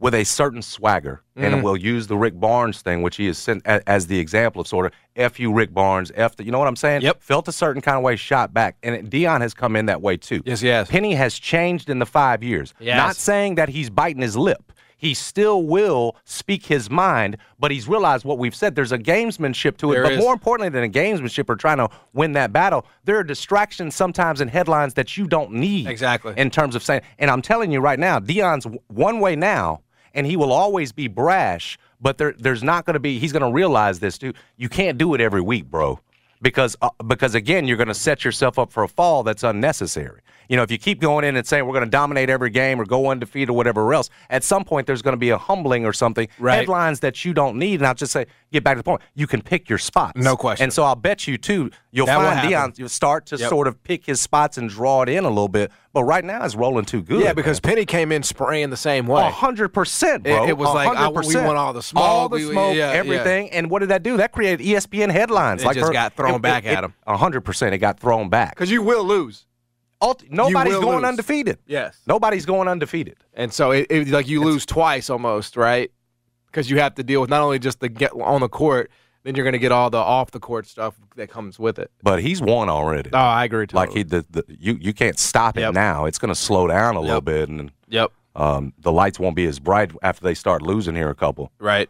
[SPEAKER 1] with a certain swagger, and
[SPEAKER 2] Mm.
[SPEAKER 1] we'll use the Rick Barnes thing, which he is sent a, as the example of sort of f you Rick Barnes, f the, you know what I'm saying?
[SPEAKER 2] Yep.
[SPEAKER 1] Felt a certain kind of way, shot back, and it, Dion has come in that way too.
[SPEAKER 2] Yes, he has.
[SPEAKER 1] Penny has changed in the five years.
[SPEAKER 2] Yes.
[SPEAKER 1] Not saying that he's biting his lip. He still will speak his mind, but he's realized what we've said. There's a gamesmanship to it,
[SPEAKER 2] There
[SPEAKER 1] but
[SPEAKER 2] is.
[SPEAKER 1] more importantly than a gamesmanship or trying to win that battle, there are distractions sometimes in headlines that you don't need.
[SPEAKER 2] Exactly.
[SPEAKER 1] In terms of saying, and I'm telling you right now, Dion's w- one way now, and he will always be brash, but there, there's not going to be, he's going to realize this, dude. You can't do it every week, bro. Because, uh, because again, you're going to set yourself up for a fall that's unnecessary. You know, if you keep going in and saying we're going to dominate every game or go undefeated or whatever else, at some point there's going to be a humbling or something.
[SPEAKER 2] Right.
[SPEAKER 1] Headlines that you don't need, and I'll just say, get back to the point. You can pick your spots.
[SPEAKER 2] No question.
[SPEAKER 1] And so I'll bet you too, you'll
[SPEAKER 2] That will
[SPEAKER 1] find
[SPEAKER 2] happen.
[SPEAKER 1] Dion you'll start to
[SPEAKER 2] Yep.
[SPEAKER 1] sort of pick his spots and draw it in a little bit. But right now it's rolling too good.
[SPEAKER 2] Yeah, because Penny came in spraying the same way.
[SPEAKER 1] a hundred percent,
[SPEAKER 2] It-
[SPEAKER 1] bro.
[SPEAKER 2] it was like, I- we
[SPEAKER 1] 100%.
[SPEAKER 2] want all the smoke,
[SPEAKER 1] all the
[SPEAKER 2] we-
[SPEAKER 1] smoke,
[SPEAKER 2] yeah, yeah.
[SPEAKER 1] everything. And what did that do? That created E ESPN headlines.
[SPEAKER 2] It
[SPEAKER 1] like
[SPEAKER 2] just
[SPEAKER 1] for-
[SPEAKER 2] got thrown
[SPEAKER 1] it-
[SPEAKER 2] back
[SPEAKER 1] it- it-
[SPEAKER 2] at him.
[SPEAKER 1] A hundred percent, it got thrown back.
[SPEAKER 2] Because you will lose.
[SPEAKER 1] Ult- nobody's
[SPEAKER 2] will
[SPEAKER 1] going
[SPEAKER 2] lose.
[SPEAKER 1] undefeated.
[SPEAKER 2] Yes.
[SPEAKER 1] nobody's going undefeated.
[SPEAKER 2] And so it, it like you lose twice almost, right? Because you have to deal with not only just the get on the court, then you're going to get all the off the court stuff that comes with it.
[SPEAKER 1] But he's won already.
[SPEAKER 2] Oh, I agree. Totally.
[SPEAKER 1] Like he, the, the, you, you can't stop it
[SPEAKER 2] Yep.
[SPEAKER 1] now. It's going to slow down a little bit, and
[SPEAKER 2] Yep.
[SPEAKER 1] um, the lights won't be as bright after they start losing here a couple.
[SPEAKER 2] Right.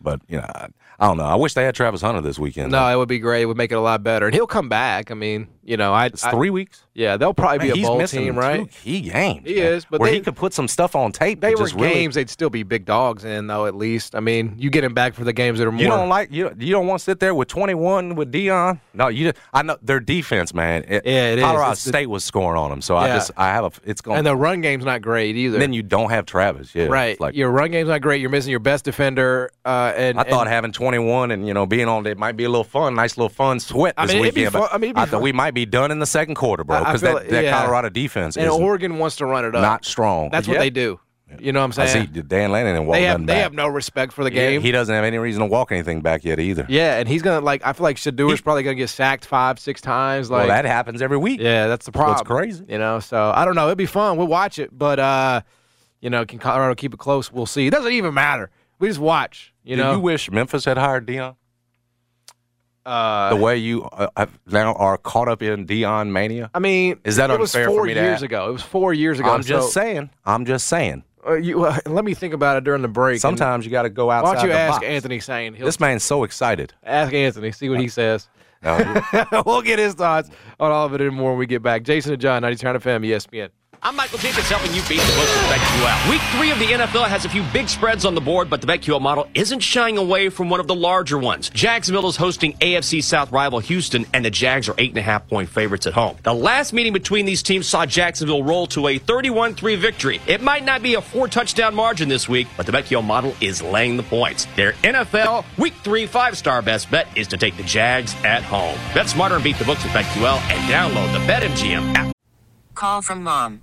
[SPEAKER 1] But you know, I, I don't know. I wish they had Travis Hunter this weekend.
[SPEAKER 2] No, it would be great. It would make it a lot better, and he'll come back. I mean, you know, I,
[SPEAKER 1] it's
[SPEAKER 2] I-
[SPEAKER 1] three weeks.
[SPEAKER 2] yeah, they'll probably
[SPEAKER 1] Man,
[SPEAKER 2] be a
[SPEAKER 1] he's
[SPEAKER 2] bowl
[SPEAKER 1] missing
[SPEAKER 2] team,
[SPEAKER 1] two
[SPEAKER 2] right?
[SPEAKER 1] Key games.
[SPEAKER 2] He
[SPEAKER 1] man,
[SPEAKER 2] is, but
[SPEAKER 1] where
[SPEAKER 2] they-
[SPEAKER 1] he could put some stuff on tape.
[SPEAKER 2] They
[SPEAKER 1] that
[SPEAKER 2] were
[SPEAKER 1] just really-
[SPEAKER 2] games; they'd still be big dogs in, though. At least, I mean, you get him back for the games that are more.
[SPEAKER 1] you don't like you. You don't want to sit there with 21 with Dion. No, you. Just, I know their defense, man. It,
[SPEAKER 2] Yeah, it is.
[SPEAKER 1] Colorado
[SPEAKER 2] It's the-
[SPEAKER 1] State was scoring on them, so I
[SPEAKER 2] Yeah.
[SPEAKER 1] just I have a. It's going.
[SPEAKER 2] and
[SPEAKER 1] And
[SPEAKER 2] the run game's not great either.
[SPEAKER 1] then you don't have Travis. Yeah,
[SPEAKER 2] right,
[SPEAKER 1] It's Like
[SPEAKER 2] your run game's not great. You're missing your best defender. Uh, and
[SPEAKER 1] I thought
[SPEAKER 2] and-
[SPEAKER 1] having 21 and you know being on it might be a little fun, nice little fun sweat
[SPEAKER 2] I
[SPEAKER 1] this
[SPEAKER 2] mean, it'd be
[SPEAKER 1] weekend. but
[SPEAKER 2] fun- I mean, it'd be
[SPEAKER 1] thought
[SPEAKER 2] fun.
[SPEAKER 1] we might be done in the second quarter, bro,
[SPEAKER 2] I- I
[SPEAKER 1] because
[SPEAKER 2] feel
[SPEAKER 1] that,
[SPEAKER 2] like-
[SPEAKER 1] that
[SPEAKER 2] yeah.
[SPEAKER 1] Colorado defense
[SPEAKER 2] and
[SPEAKER 1] is
[SPEAKER 2] Oregon wants to run it up.
[SPEAKER 1] not strong.
[SPEAKER 2] That's what
[SPEAKER 1] Yeah.
[SPEAKER 2] they do. You know what I'm
[SPEAKER 1] I see
[SPEAKER 2] saying?
[SPEAKER 1] Dan Lanning and walk
[SPEAKER 2] They
[SPEAKER 1] nothing
[SPEAKER 2] have they
[SPEAKER 1] back.
[SPEAKER 2] have no respect for the
[SPEAKER 1] Yeah,
[SPEAKER 2] game.
[SPEAKER 1] He doesn't have any reason to walk anything back yet either.
[SPEAKER 2] yeah, and he's gonna like I feel like Shadur's probably gonna get sacked five six times. Like
[SPEAKER 1] well, that happens every week.
[SPEAKER 2] yeah, that's the problem.
[SPEAKER 1] what's crazy.
[SPEAKER 2] You know, so I don't know. It'd be fun. We'll watch it, but uh, you know, can Colorado keep it close? We'll see. It doesn't even matter. We just watch. You
[SPEAKER 1] Do
[SPEAKER 2] know,
[SPEAKER 1] you wish Memphis had hired Dion?
[SPEAKER 2] uh,
[SPEAKER 1] The way you uh, have now are caught up in Dion mania.
[SPEAKER 2] I mean,
[SPEAKER 1] Is that
[SPEAKER 2] it was
[SPEAKER 1] unfair for
[SPEAKER 2] four
[SPEAKER 1] me to
[SPEAKER 2] years
[SPEAKER 1] ask?
[SPEAKER 2] ago? It was four years ago.
[SPEAKER 1] I'm just
[SPEAKER 2] so-
[SPEAKER 1] saying. I'm just saying.
[SPEAKER 2] Uh, you, uh, let me think about it during the break. and
[SPEAKER 1] Sometimes you got to go outside
[SPEAKER 2] why don't you
[SPEAKER 1] the
[SPEAKER 2] ask
[SPEAKER 1] box.
[SPEAKER 2] Anthony Sane? He'll
[SPEAKER 1] This man's so excited.
[SPEAKER 2] ask Anthony, see what he says.
[SPEAKER 1] No, he-
[SPEAKER 2] we'll get his thoughts on all of it and more when we get back. Jason and John, 92 FM, ESPN.
[SPEAKER 3] I'm Michael Jenkins helping you beat the books with BetQL. Week three of the NFL has a few big spreads on the board, but the BetQL model isn't shying away from one of the larger ones. Jacksonville is hosting AFC South rival Houston, and the Jags are eight and a half point favorites at home. The last meeting between these teams saw Jacksonville roll to a 31 3 victory. It might not be a four touchdown margin this week, but the BetQL model is laying the points. Their NFL Week three five star best bet is to take the Jags at home. Bet smarter and beat the books with BetQL and download the BetMGM app.
[SPEAKER 4] Call from mom.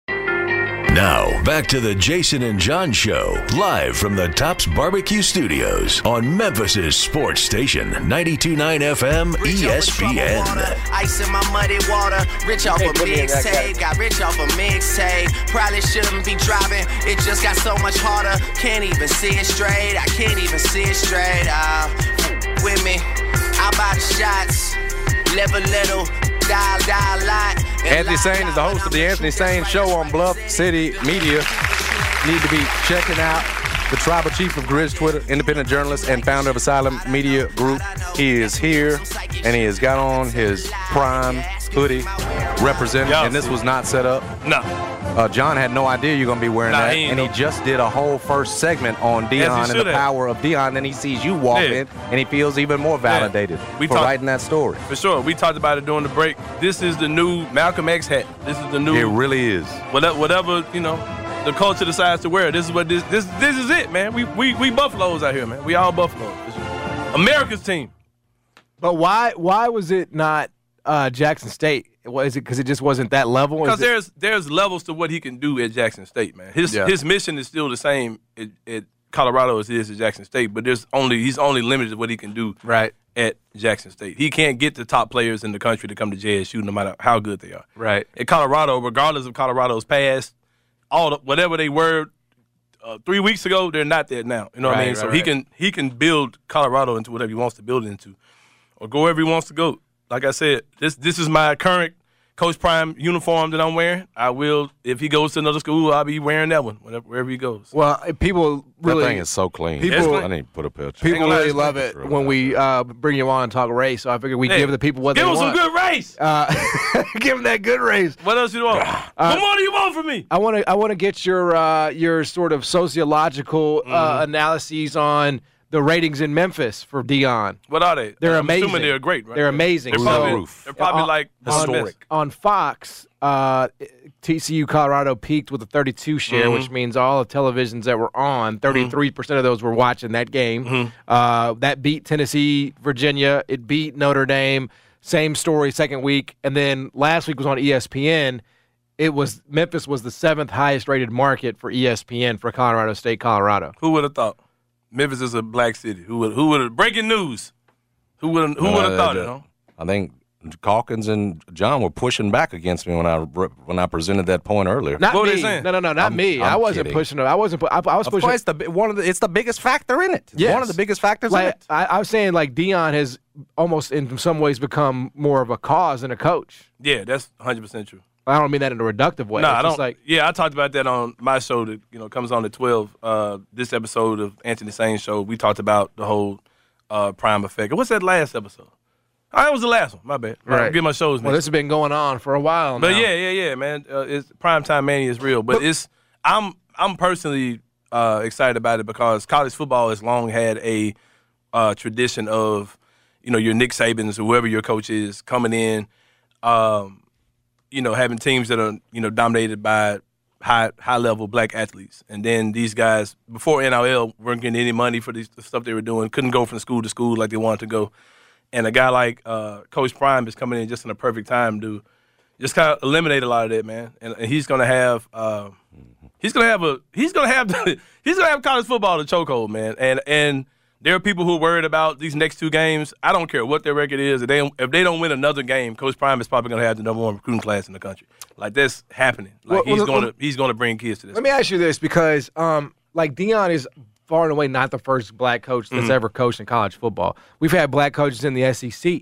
[SPEAKER 5] Now, back to the Jason and John Show, live from the Tops Barbecue Studios on Memphis' sports station, 929 FM
[SPEAKER 1] E
[SPEAKER 5] ESPN.
[SPEAKER 6] Ice in my muddy water. Rich off a big save. Got rich off a mixtape. Probably shouldn't be driving. It just got so much harder. Can't even see it straight. I can't even see it straight. Uh, with me. I buy the shots. Live a little. Die, die a lot.
[SPEAKER 1] Anthony Sane is the host of the Anthony Sane Show on Bluff City Media. Need to be checking out the tribal chief of Grizz Twitter, independent journalist, and founder of Asylum Media Group. He is here, and he has got on his prime hoodie, representing.
[SPEAKER 7] Yeah.
[SPEAKER 1] And this was not set up.
[SPEAKER 7] No.
[SPEAKER 1] Uh, John had no idea you're gonna be wearing
[SPEAKER 7] Nah,
[SPEAKER 1] that,
[SPEAKER 7] he ain't
[SPEAKER 1] and he
[SPEAKER 7] know.
[SPEAKER 1] just did a whole first segment on Dion and
[SPEAKER 7] should
[SPEAKER 1] the
[SPEAKER 7] have.
[SPEAKER 1] power of Dion. Then he sees you walk
[SPEAKER 7] Yeah.
[SPEAKER 1] in, and he feels even more validated
[SPEAKER 7] We
[SPEAKER 1] for
[SPEAKER 7] talked-
[SPEAKER 1] writing that story.
[SPEAKER 7] For sure. We talked about it during the break. This is the new Malcolm X hat. This is the new
[SPEAKER 1] It really is.
[SPEAKER 7] whatever, whatever, you know, the culture decides to wear. This is what this this this is it, man. We we we buffaloes out here, man. We all buffaloes. This is America's team.
[SPEAKER 2] But why why was it not uh, Jackson State? Was it because it just wasn't that level?
[SPEAKER 7] Because
[SPEAKER 2] Is it-
[SPEAKER 7] there's there's levels to what he can do at Jackson State, man. His
[SPEAKER 1] Yeah.
[SPEAKER 7] his mission is still the same at, at Colorado as it is at Jackson State, but there's only he's only limited to what he can do
[SPEAKER 2] Right.
[SPEAKER 7] at Jackson State. He can't get the top players in the country to come to JSU no matter how good they are.
[SPEAKER 2] Right.
[SPEAKER 7] At Colorado, regardless of Colorado's past, all the, whatever they were uh, three weeks ago, they're not there now. You know what I
[SPEAKER 2] Right,
[SPEAKER 7] mean?
[SPEAKER 2] right,
[SPEAKER 7] so he
[SPEAKER 2] right.
[SPEAKER 7] can he can build Colorado into whatever he wants to build it into, or go wherever he wants to go. Like I said, this this is my current Coach Prime uniform that I'm wearing. I will if he goes to another school, I'll be wearing that one whenever, wherever he goes.
[SPEAKER 2] well, if people really
[SPEAKER 1] that thing is so clean.
[SPEAKER 2] people-
[SPEAKER 1] I need to put a picture.
[SPEAKER 2] people
[SPEAKER 7] Hang on,
[SPEAKER 2] really
[SPEAKER 7] it's
[SPEAKER 2] love
[SPEAKER 7] like-
[SPEAKER 2] it when we uh, bring you on and talk race. So I figured we would
[SPEAKER 7] Hey,
[SPEAKER 2] give the people what
[SPEAKER 7] Give
[SPEAKER 2] they
[SPEAKER 7] him some
[SPEAKER 2] want.
[SPEAKER 7] good race.
[SPEAKER 2] uh, give them that good race.
[SPEAKER 7] what else you want?
[SPEAKER 2] Ah.
[SPEAKER 7] what more do you want from me?
[SPEAKER 2] I want to I want to get your uh, your sort of sociological uh,
[SPEAKER 7] Mm-hmm.
[SPEAKER 2] analyses on the ratings in Memphis for Dion.
[SPEAKER 7] What are they?
[SPEAKER 2] They're
[SPEAKER 7] I'm
[SPEAKER 2] amazing.
[SPEAKER 7] Assuming they're great, right?
[SPEAKER 2] They're amazing. Ah,
[SPEAKER 7] They're
[SPEAKER 2] So-
[SPEAKER 7] probably,
[SPEAKER 1] Roof.
[SPEAKER 7] They're probably
[SPEAKER 2] On-
[SPEAKER 7] like
[SPEAKER 2] on-
[SPEAKER 1] Historic.
[SPEAKER 2] On, Fox, uh, TCU Colorado peaked with a 32 share,
[SPEAKER 1] Mm-hmm.
[SPEAKER 2] which means all of televisions that were on, 33 percent of those were watching that game.
[SPEAKER 1] Mm-hmm.
[SPEAKER 2] Uh, that beat Tennessee, Virginia. It E beat Notre Dame. Same story, second week, and then last week was on ESPN. it was Memphis was the seventh highest rated market for E ESPN for Colorado State, Colorado.
[SPEAKER 7] Who would have thought? Memphis is a black city. Who would who would have breaking news? Who would who
[SPEAKER 1] No,
[SPEAKER 2] Uh,
[SPEAKER 7] would have
[SPEAKER 1] I-
[SPEAKER 7] thought
[SPEAKER 1] I-
[SPEAKER 7] it? Huh?
[SPEAKER 1] I think Calkins and John were pushing back against me when I re- when I presented that point earlier.
[SPEAKER 2] Not me. No, no, no, not
[SPEAKER 1] I'm-
[SPEAKER 2] me.
[SPEAKER 1] I'm
[SPEAKER 2] I wasn't
[SPEAKER 1] kidding.
[SPEAKER 2] pushing. it. I wasn't. Pu- I, I was
[SPEAKER 1] Of
[SPEAKER 2] pushing.
[SPEAKER 1] course, the bi- one of the, it's the biggest factor in it.
[SPEAKER 2] Yes.
[SPEAKER 1] One of the biggest factors in
[SPEAKER 2] Like,
[SPEAKER 1] it.
[SPEAKER 2] I, I was saying, like Dion has almost, in some ways, become more of a cause than a coach.
[SPEAKER 7] Yeah, that's 100 percent true.
[SPEAKER 2] I don't mean that in a reductive way.
[SPEAKER 7] No,
[SPEAKER 2] It's
[SPEAKER 7] I
[SPEAKER 2] just
[SPEAKER 7] don't.
[SPEAKER 2] Like,
[SPEAKER 7] yeah, I talked about that on my show that you know comes on at twelve. Uh, this episode of Anthony Sane's show, we talked about the whole uh, prime effect. What's that last episode? Oh, that was the last one. My bad.
[SPEAKER 2] Right.
[SPEAKER 7] Get my shows.
[SPEAKER 2] well, this
[SPEAKER 7] mixed
[SPEAKER 2] has been going on for a while.
[SPEAKER 7] but
[SPEAKER 2] now.
[SPEAKER 7] yeah, yeah, yeah, man. Uh, it's primetime mania is real, but, it's I'm I'm personally uh, excited about it because college football has long had a uh, tradition of you know your Nick Sabans, whoever your coach is, coming in, um, you know, having teams that are you know dominated by high high level black athletes, and then these guys before NIL weren't getting any money for these, the stuff they were doing, couldn't go from school to school like they wanted to go, and a guy like uh, Coach Prime is coming in just in a perfect time to just kind of eliminate a lot of that, man. And, and he's gonna have uh, he's gonna have a he's gonna have he's gonna have college football to chokehold, man. And and there are people who are worried about these next two games. I don't care what their record is. If they if they don't win another game, Coach Prime is probably gonna have the number one recruiting class in the country. Like that's happening. Like
[SPEAKER 2] Well, well,
[SPEAKER 7] he's
[SPEAKER 2] well-
[SPEAKER 7] gonna he's gonna bring kids to this.
[SPEAKER 2] Let me ask you this because, um, like Dion is far and away not the first black coach that's
[SPEAKER 7] Mhm.
[SPEAKER 2] ever coached in college football. We've had black coaches in the SEC.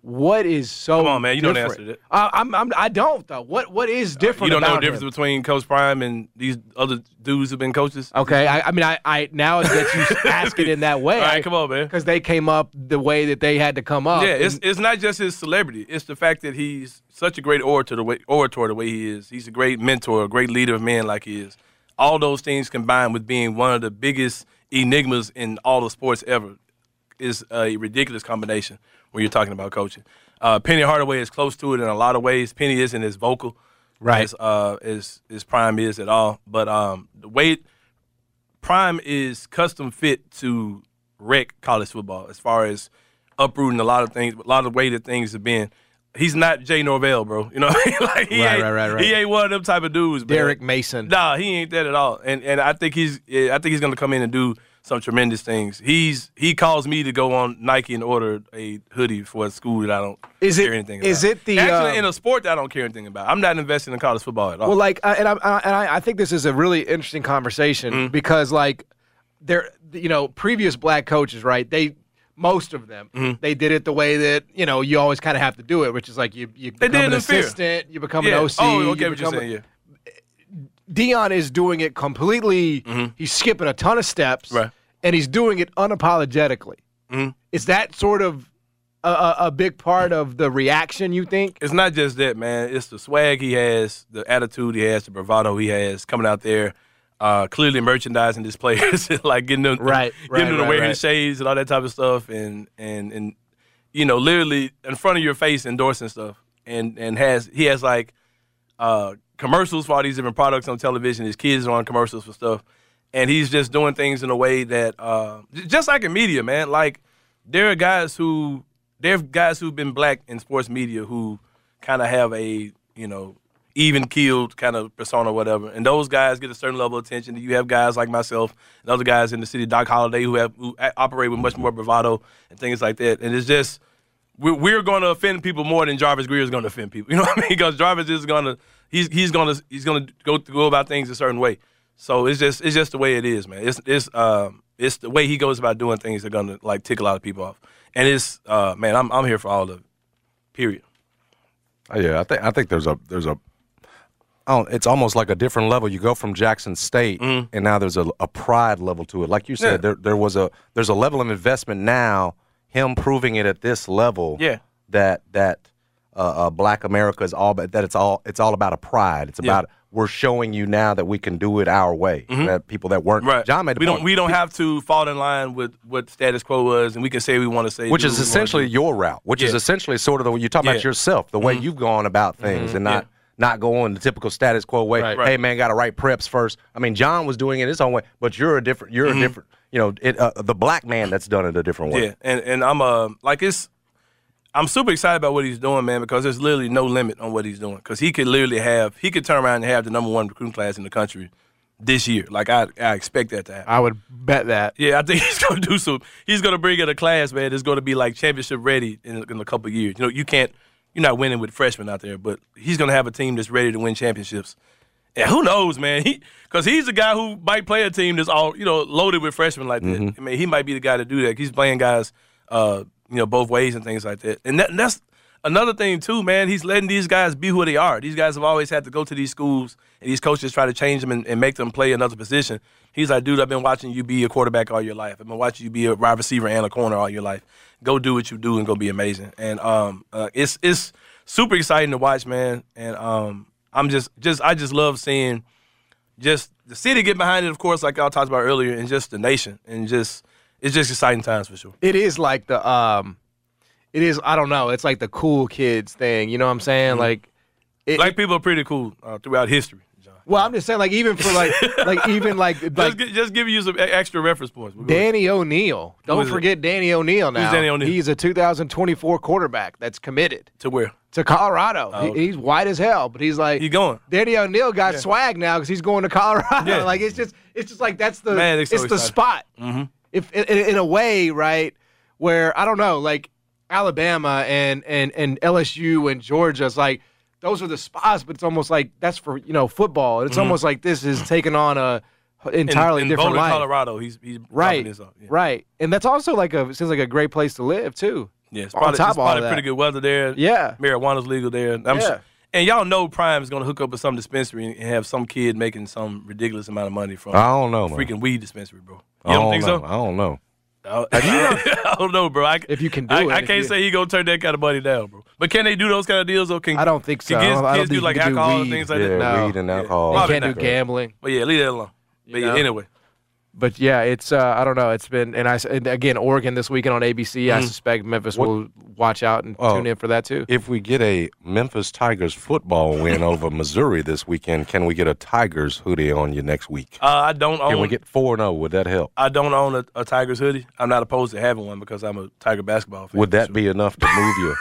[SPEAKER 2] What is so?
[SPEAKER 7] Mm-hmm. Come on, man. You don't
[SPEAKER 2] different?
[SPEAKER 7] answer that.
[SPEAKER 2] I, I'm, I'm, I don't though. What What is different?
[SPEAKER 7] You don't know the
[SPEAKER 2] about
[SPEAKER 7] difference
[SPEAKER 2] him?
[SPEAKER 7] between Coach Prime and these other dudes who've been coaches.
[SPEAKER 2] Okay, I, I mean, I, I now that you ask it in that way,
[SPEAKER 7] All right, come on, man.
[SPEAKER 2] because they came up the way that they had to come up.
[SPEAKER 7] yeah, it's
[SPEAKER 2] and-
[SPEAKER 7] it's not just his celebrity. It's the fact that he's such a great orator, the way orator the way he is. He's a great mentor, a great leader of men like he is. All those things combined with being one of the biggest enigmas in all of sports ever is a ridiculous combination when you're talking about coaching. Uh, Penny Hardaway is close to it in a lot of ways. Penny isn't as vocal
[SPEAKER 2] Right.
[SPEAKER 7] as uh, as as Prime is at all, but um, the way Prime is custom fit to wreck college football as far as uprooting a lot of things, a lot of way that things have been. He's not Jay Norvell, bro. You know, what I mean? like he
[SPEAKER 2] Right,
[SPEAKER 7] ain't,
[SPEAKER 2] right, right, right.
[SPEAKER 7] he ain't one of them type of dudes. man.
[SPEAKER 2] Derek Mason.
[SPEAKER 7] Nah, he ain't that at all. And and I think he's yeah, I think he's gonna come in and do some tremendous things. He's he calls me to go on Nike and order a hoodie for a school that I don't
[SPEAKER 2] Is it-
[SPEAKER 7] care anything
[SPEAKER 2] is
[SPEAKER 7] about.
[SPEAKER 2] it the,
[SPEAKER 7] actually
[SPEAKER 2] um,
[SPEAKER 7] in a sport that I don't care anything about. I'm not investing in college football at all.
[SPEAKER 2] Well, like, uh, and I, I and I, I think this is a really interesting conversation
[SPEAKER 7] Mm-hmm.
[SPEAKER 2] because, like, there, you know, previous black coaches, right? They most of them
[SPEAKER 7] Mm-hmm.
[SPEAKER 2] they did it the way that you know you always kind of have to do it, which is like you you
[SPEAKER 7] They
[SPEAKER 2] become
[SPEAKER 7] did
[SPEAKER 2] an
[SPEAKER 7] in fear.
[SPEAKER 2] assistant, you become
[SPEAKER 7] Yeah.
[SPEAKER 2] an OC.
[SPEAKER 7] Oh, okay,
[SPEAKER 2] you
[SPEAKER 7] what you're
[SPEAKER 2] become a-
[SPEAKER 7] saying, yeah.
[SPEAKER 2] Dion is doing it completely. He's skipping a ton of steps,
[SPEAKER 7] Mm-hmm. Right. Mm-hmm.
[SPEAKER 2] and he's doing it unapologetically. Is that sort of a, a, a big part of the reaction? You think?
[SPEAKER 7] It's not just that, man. It's the swag he has, the attitude he has, the bravado he has coming out there, uh, clearly merchandising his players, like getting them
[SPEAKER 2] Right,
[SPEAKER 7] getting
[SPEAKER 2] right,
[SPEAKER 7] them to
[SPEAKER 2] right,
[SPEAKER 7] wear
[SPEAKER 2] right.
[SPEAKER 7] his shades and all that type of stuff, and and and you know, literally in front of your face endorsing stuff, and and has he has like uh, commercials for all these different products on television. His kids are on commercials for stuff, and he's just doing things in a way that uh, j- just like in media, man. Like there are guys who there are guys who've been black in sports media who kind of have a you know even keeled kind of persona, or whatever. And those guys get a certain level of attention. You have guys like myself and other guys in the city, Doc Holliday, who have who a- operate with much more bravado and things like that. And it's just we're, we're going to offend people more than Jarvis Greer is going to offend people. You know what I mean? Because Jarvis is going to he's he's going to he's going to go go about things a certain way. So it's just it's just the way it is, man. It's it's um it's the way he goes about doing things that are going to like tick a lot of people off. And it's uh man, I'm I'm here for all of it. Period.
[SPEAKER 1] Oh, yeah, I think I think there's a there's a I don't, it's almost like a different level. You go from Jackson State, and now there's a, a pride level to it. Like you said,
[SPEAKER 7] Mm-hmm.
[SPEAKER 1] there
[SPEAKER 7] Yeah.
[SPEAKER 1] there was a there's a level of investment now. Him proving it at this level,
[SPEAKER 7] Yeah.
[SPEAKER 1] that that uh, uh, Black America is all that it's all it's all about a pride. It's
[SPEAKER 7] Yeah. Mm-hmm.
[SPEAKER 1] about we're showing you now that we can do it our way. That people that weren't
[SPEAKER 7] Right.
[SPEAKER 1] John made the
[SPEAKER 7] we
[SPEAKER 1] point,
[SPEAKER 7] don't we don't have to fall in line with what status quo was, and we can say we want to say
[SPEAKER 1] which
[SPEAKER 7] do
[SPEAKER 1] is
[SPEAKER 7] what we wanna
[SPEAKER 1] essentially
[SPEAKER 7] do.
[SPEAKER 1] your route, which is
[SPEAKER 7] Yeah.
[SPEAKER 1] essentially sort of the you talk about
[SPEAKER 7] Yeah. Mm-hmm.
[SPEAKER 1] yourself, the way you've gone about things, and not not going the typical status quo way.
[SPEAKER 7] Right.
[SPEAKER 1] Hey
[SPEAKER 7] Right.
[SPEAKER 1] man, got to write preps first. I mean, John was doing it his own way, but you're a different. You're
[SPEAKER 7] Mm-hmm.
[SPEAKER 1] a different. You know, it, uh, the black man that's done it a different way.
[SPEAKER 7] Yeah, and and I'm uh like it's. I'm super excited about what he's doing, man, because there's literally no limit on what he's doing. Because he could literally have, he could turn around and have the number one recruiting class in the country this year. Like I, I expect that to happen.
[SPEAKER 2] I would bet that.
[SPEAKER 7] Yeah, I think he's going to do some. He's going to bring in a class, man. That's going to be like championship ready in, in a couple of years. You know, you can't. You're not winning with freshmen out there, but he's going to have a team that's ready to win championships. And who knows, man? He because he's the guy who might play a team that's all you know loaded with freshmen like that. I mean, he might be the guy to do that. He's playing guys, uh, you know, both ways and things like that. And, that, and that's another thing too, man. He's letting these guys be who they are. These guys have always had to go to these schools, and these coaches try to change them and, and make them play another position. He's like, dude, I've been watching you be a quarterback all your life. I've been watching you be a wide receiver and a corner all your life. Go do what you do and go be amazing. And um, uh, it's it's super exciting to watch, man. And um, I'm just just I just love seeing just the city get behind it, of course, like y'all talked about earlier, and just the nation, and just it's just exciting times for sure.
[SPEAKER 2] It is like the um, it is I don't know. It's like the cool kids thing. You know what I'm saying?
[SPEAKER 7] Mm-hmm.
[SPEAKER 2] Like,
[SPEAKER 7] black people are pretty cool uh, throughout history.
[SPEAKER 2] well, I'm just saying like even for like like even like like
[SPEAKER 7] just, gi- just giving you some e- extra reference points. We'll go-
[SPEAKER 2] Danny O'Neal. Don't
[SPEAKER 7] is it?
[SPEAKER 2] forget Danny O'Neal now.
[SPEAKER 7] Danny O'Neal?
[SPEAKER 2] He's a 2024 quarterback that's committed
[SPEAKER 7] to where
[SPEAKER 2] to Colorado.
[SPEAKER 7] Oh,
[SPEAKER 2] He-
[SPEAKER 7] okay.
[SPEAKER 2] he's white as hell, but he's like
[SPEAKER 7] you going?
[SPEAKER 2] Danny O'Neal got swag now because he's going to Colorado.
[SPEAKER 7] Yeah.
[SPEAKER 2] Like it's just it's just like that's the
[SPEAKER 7] Man, they're
[SPEAKER 2] it's
[SPEAKER 7] so
[SPEAKER 2] the
[SPEAKER 7] excited.
[SPEAKER 2] spot.
[SPEAKER 7] Mm-hmm.
[SPEAKER 2] If in, in a way, right, where I don't know, like Alabama and and and LSU and Georgia's like those are the spots, but it's almost like that's for you know football. It's
[SPEAKER 7] Mhm.
[SPEAKER 2] almost like this is taking on a entirely
[SPEAKER 7] in, in
[SPEAKER 2] different
[SPEAKER 7] Boulder,
[SPEAKER 2] life.
[SPEAKER 7] Colorado. He's he's popping
[SPEAKER 2] Right,
[SPEAKER 7] This up. Yeah.
[SPEAKER 2] right, and that's also like a seems like a great place to live too.
[SPEAKER 7] Yeah, it's
[SPEAKER 2] On
[SPEAKER 7] probably,
[SPEAKER 2] top
[SPEAKER 7] it's
[SPEAKER 2] of all
[SPEAKER 7] probably
[SPEAKER 2] that.
[SPEAKER 7] pretty good weather there.
[SPEAKER 2] Yeah.
[SPEAKER 7] marijuana's legal there. I'm
[SPEAKER 2] Yeah.
[SPEAKER 7] sure- and y'all know Prime is going to hook up with some dispensary and have some kid making some ridiculous amount of money from.
[SPEAKER 2] Ah.
[SPEAKER 1] I don't know, man.
[SPEAKER 7] freaking weed dispensary, bro. You
[SPEAKER 1] I
[SPEAKER 2] Oh
[SPEAKER 7] don't, think
[SPEAKER 1] know.
[SPEAKER 7] so?
[SPEAKER 1] I don't know.
[SPEAKER 7] I, I don't know, bro. I,
[SPEAKER 2] If you can do
[SPEAKER 7] I,
[SPEAKER 2] it,
[SPEAKER 7] I
[SPEAKER 2] if
[SPEAKER 7] can't
[SPEAKER 2] you-
[SPEAKER 7] say he gonna turn that kind of money down, bro. But can they do those kind of deals? Or can
[SPEAKER 2] I don't think so.
[SPEAKER 7] Can
[SPEAKER 2] I
[SPEAKER 7] kids,
[SPEAKER 2] don't- I don't
[SPEAKER 7] kids do
[SPEAKER 2] think
[SPEAKER 7] like
[SPEAKER 2] you can do
[SPEAKER 7] alcohol and
[SPEAKER 2] weed.
[SPEAKER 7] things like
[SPEAKER 1] Yeah,
[SPEAKER 7] that?
[SPEAKER 2] No.
[SPEAKER 1] weed and
[SPEAKER 2] You
[SPEAKER 1] alcohol.
[SPEAKER 2] can't do
[SPEAKER 7] not.
[SPEAKER 2] gambling.
[SPEAKER 7] But yeah, leave that alone. But yeah,
[SPEAKER 2] know?
[SPEAKER 7] anyway,
[SPEAKER 2] But yeah, it's uh, I don't know. It's been and I s- and again Oregon this weekend on ABC.
[SPEAKER 7] Mm-hmm.
[SPEAKER 2] I suspect Memphis will watch out and
[SPEAKER 1] Oh.
[SPEAKER 2] tune in for that too.
[SPEAKER 1] If we get a Memphis Tigers football win over Missouri this weekend, can we get a Tigers hoodie on you next week?
[SPEAKER 7] uh, I don't
[SPEAKER 1] Can we
[SPEAKER 7] own.
[SPEAKER 1] get 4 0? Would that help?
[SPEAKER 7] I don't own a, a Tigers hoodie. I'm not opposed to having one because I'm a Tiger basketball fan.
[SPEAKER 1] Would that be enough to move you?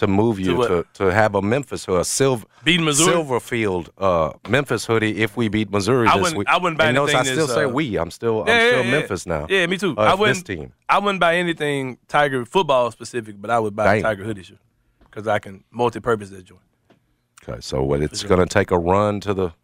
[SPEAKER 1] To move you
[SPEAKER 7] what?
[SPEAKER 1] to, to have a Memphis or a silver
[SPEAKER 7] Beating Missouri?
[SPEAKER 1] Silverfield uh, Memphis hoodie if we beat Missouri
[SPEAKER 7] I
[SPEAKER 1] this
[SPEAKER 7] wouldn't-
[SPEAKER 1] week.
[SPEAKER 7] I wouldn't buy
[SPEAKER 1] and notice I
[SPEAKER 7] anything
[SPEAKER 1] still
[SPEAKER 7] that's,
[SPEAKER 1] say
[SPEAKER 7] uh,
[SPEAKER 1] we. I'm still I'm
[SPEAKER 7] Yeah, yeah,
[SPEAKER 1] still
[SPEAKER 7] yeah.
[SPEAKER 1] Memphis now.
[SPEAKER 7] Yeah, me too.
[SPEAKER 1] Uh,
[SPEAKER 7] I
[SPEAKER 1] it's
[SPEAKER 7] wouldn't.
[SPEAKER 1] this team.
[SPEAKER 7] I wouldn't buy anything Tiger football specific, but I would buy
[SPEAKER 1] Dang.
[SPEAKER 7] a Tiger hoodie shirt because I can multi-purpose that joint.
[SPEAKER 1] Okay, so what it's going to take a run to the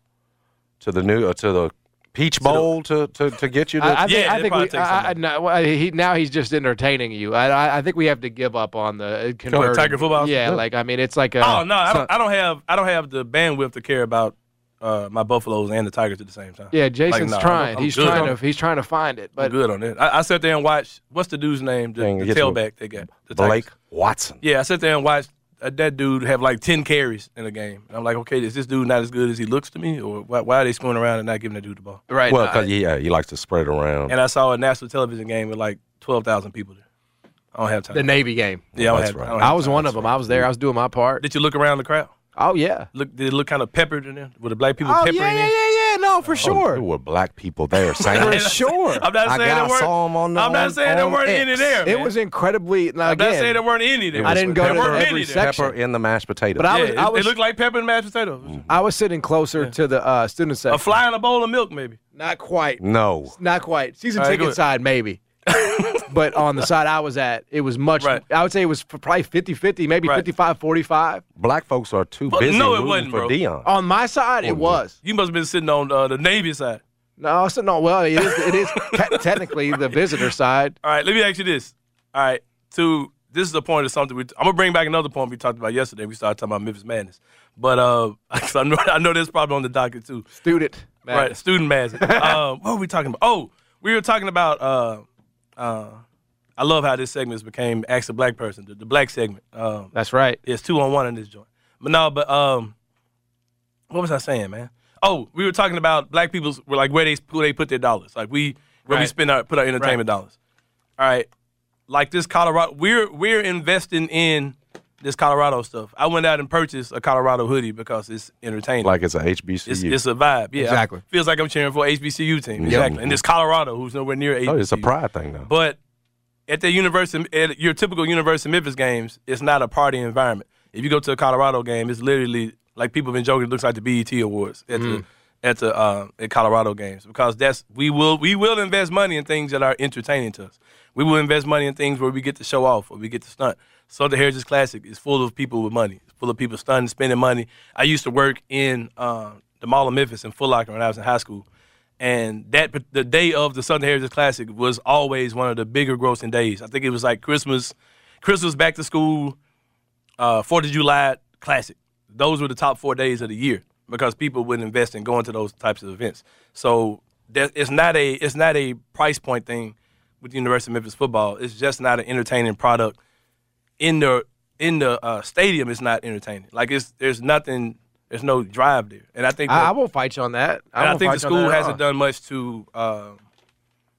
[SPEAKER 1] to the new uh, to the Peach Bowl to, to, to get you to
[SPEAKER 2] I, I think,
[SPEAKER 7] Yeah,
[SPEAKER 2] I
[SPEAKER 7] it
[SPEAKER 2] think
[SPEAKER 7] probably
[SPEAKER 2] we,
[SPEAKER 7] takes
[SPEAKER 2] I, I, no, well, he, now he's just entertaining you. I, I, I think we have to give up on the uh, converting.
[SPEAKER 7] Tiger football?
[SPEAKER 2] Yeah,
[SPEAKER 7] Yeah.
[SPEAKER 2] like I mean, it's like a,
[SPEAKER 7] Oh no, I don't, I don't have I don't have the bandwidth to care about uh, my Buffaloes and the Tigers at the same time.
[SPEAKER 2] yeah.
[SPEAKER 7] Like,
[SPEAKER 2] Jason's
[SPEAKER 7] nah, I'm-
[SPEAKER 2] trying.
[SPEAKER 7] I'm
[SPEAKER 2] he's
[SPEAKER 7] good.
[SPEAKER 2] trying to he's trying to find it,
[SPEAKER 7] I'm
[SPEAKER 2] but
[SPEAKER 7] good on that. I, I sat there and watched what's the dude's name, the,
[SPEAKER 1] Dang,
[SPEAKER 7] the
[SPEAKER 1] get you a-
[SPEAKER 7] tailback they got, the
[SPEAKER 1] Blake
[SPEAKER 7] Tigers.
[SPEAKER 1] Watson.
[SPEAKER 7] Yeah, I sat there and watched uh, that dude have like ten carries in a game, and I'm like, okay, is this dude not as good as he looks to me, or why, why are they screwing around and not giving that dude the ball?
[SPEAKER 2] right.
[SPEAKER 1] Well,
[SPEAKER 2] now,
[SPEAKER 1] 'cause, yeah, he likes to spread around.
[SPEAKER 7] And I saw a national television game with like twelve thousand people there. I don't have time.
[SPEAKER 2] the Navy game.
[SPEAKER 7] yeah, I, don't
[SPEAKER 1] That's
[SPEAKER 7] have,
[SPEAKER 1] right.
[SPEAKER 7] I, don't have
[SPEAKER 2] I was
[SPEAKER 7] time.
[SPEAKER 2] one of them. I was there. I was doing my part.
[SPEAKER 7] Did you look around the crowd?
[SPEAKER 2] Oh yeah.
[SPEAKER 7] Look, did it look kind of peppered in there? Were the black people
[SPEAKER 2] Oh
[SPEAKER 7] peppering
[SPEAKER 2] yeah,
[SPEAKER 7] in? Oh,
[SPEAKER 2] yeah, yeah, yeah. No, for
[SPEAKER 1] There
[SPEAKER 2] sure.
[SPEAKER 1] Oh, were black people there. Sam.
[SPEAKER 2] For sure.
[SPEAKER 7] I'm not
[SPEAKER 1] I
[SPEAKER 7] saying there
[SPEAKER 1] got-
[SPEAKER 7] weren't.
[SPEAKER 1] saw 'em on the-
[SPEAKER 7] I'm
[SPEAKER 1] on-
[SPEAKER 7] not saying there
[SPEAKER 1] on
[SPEAKER 7] weren't
[SPEAKER 1] X.
[SPEAKER 7] any there.
[SPEAKER 2] It
[SPEAKER 7] man.
[SPEAKER 2] was incredibly. Now,
[SPEAKER 7] I'm not
[SPEAKER 2] again,
[SPEAKER 7] saying there weren't any there.
[SPEAKER 2] I didn't go to
[SPEAKER 7] There weren't
[SPEAKER 2] every
[SPEAKER 7] any there.
[SPEAKER 2] section.
[SPEAKER 1] pepper in the mashed potato.
[SPEAKER 2] But I
[SPEAKER 7] Yeah,
[SPEAKER 2] was,
[SPEAKER 7] it,
[SPEAKER 2] I was, Mm.
[SPEAKER 7] it looked like pepper and mashed potatoes.
[SPEAKER 2] I was sitting closer to the uh, student
[SPEAKER 7] A
[SPEAKER 2] section.
[SPEAKER 7] fly in a bowl of milk, maybe.
[SPEAKER 2] Not quite.
[SPEAKER 1] no.
[SPEAKER 2] Not quite. Season
[SPEAKER 7] All right,
[SPEAKER 2] ticket
[SPEAKER 7] go ahead.
[SPEAKER 2] side, maybe. but on the side I was at, it was much.
[SPEAKER 7] Right.
[SPEAKER 2] I would say it was f- probably 50 50, maybe
[SPEAKER 7] Right.
[SPEAKER 2] 55 45.
[SPEAKER 1] Black folks are too
[SPEAKER 7] But
[SPEAKER 1] busy
[SPEAKER 7] no, it
[SPEAKER 1] rooting
[SPEAKER 7] wasn't,
[SPEAKER 1] for
[SPEAKER 7] bro. Oh.
[SPEAKER 1] Dion.
[SPEAKER 2] On my side, it was.
[SPEAKER 7] You must have been sitting on uh, the Navy side.
[SPEAKER 2] No, so no. Well, it is. It is te- technically the visitor side.
[SPEAKER 7] All right, let me ask you this. All right, to this is the point of something we, I'm gonna bring back another point we talked about yesterday. We started talking about Memphis Madness, but uh, 'cause I know I know that's probably on the docket too.
[SPEAKER 2] Student.
[SPEAKER 7] Right, student madness. um, what were we talking about? Oh, we were talking about. Uh, uh, I love how this segment became "Ask a Black Person," the, the black segment. Um,
[SPEAKER 2] That's right.
[SPEAKER 7] it's two on one in this joint. But no, but um, what was I saying, man? Oh, we were talking about black people's were like where they who they put their dollars, like we where we
[SPEAKER 2] Right.
[SPEAKER 7] spend our put our entertainment dollars. All right, like this Colorado, we're we're investing in this Colorado stuff. I went out and purchased a Colorado hoodie because it's entertaining.
[SPEAKER 1] Like it's a HBCU.
[SPEAKER 7] It's, it's a vibe. Yeah.
[SPEAKER 2] Exactly.
[SPEAKER 7] Feels like I'm cheering for a HBCU team. Exactly. And it's Colorado, who's nowhere near HBCU.
[SPEAKER 1] oh, it's a pride thing now.
[SPEAKER 7] But at the university, at your typical University of Memphis games, it's not a party environment. If you go to a Colorado game, it's literally like people have been joking. It looks like the BET Awards at
[SPEAKER 8] Mm.
[SPEAKER 7] the at the uh, at Colorado games because that's we will we will invest money in things that are entertaining to us. We will invest money in things where we get to show off or we get to stunt. So the Heritage Classic is full of people with money. It's full of people stunting, spending money. I used to work in uh, the Mall of Memphis in Foot Locker when I was in high school. And that the day of the Southern Heritage Classic was always one of the bigger grossing days. I think it was like Christmas, Christmas back to school, uh, Fourth of July Classic. Those were the top four days of the year because people would invest in going to those types of events. So that, it's not a it's not a price point thing with the University of Memphis football. It's just not an entertaining product in the in the uh, stadium. It's not entertaining. Like it's there's nothing. There's no drive there, and I think
[SPEAKER 2] I,
[SPEAKER 7] that-
[SPEAKER 2] I won't fight you on that.
[SPEAKER 7] and I
[SPEAKER 2] won't
[SPEAKER 7] think the
[SPEAKER 2] fight you on
[SPEAKER 7] school
[SPEAKER 2] that at
[SPEAKER 7] hasn't
[SPEAKER 2] all.
[SPEAKER 7] done much to uh,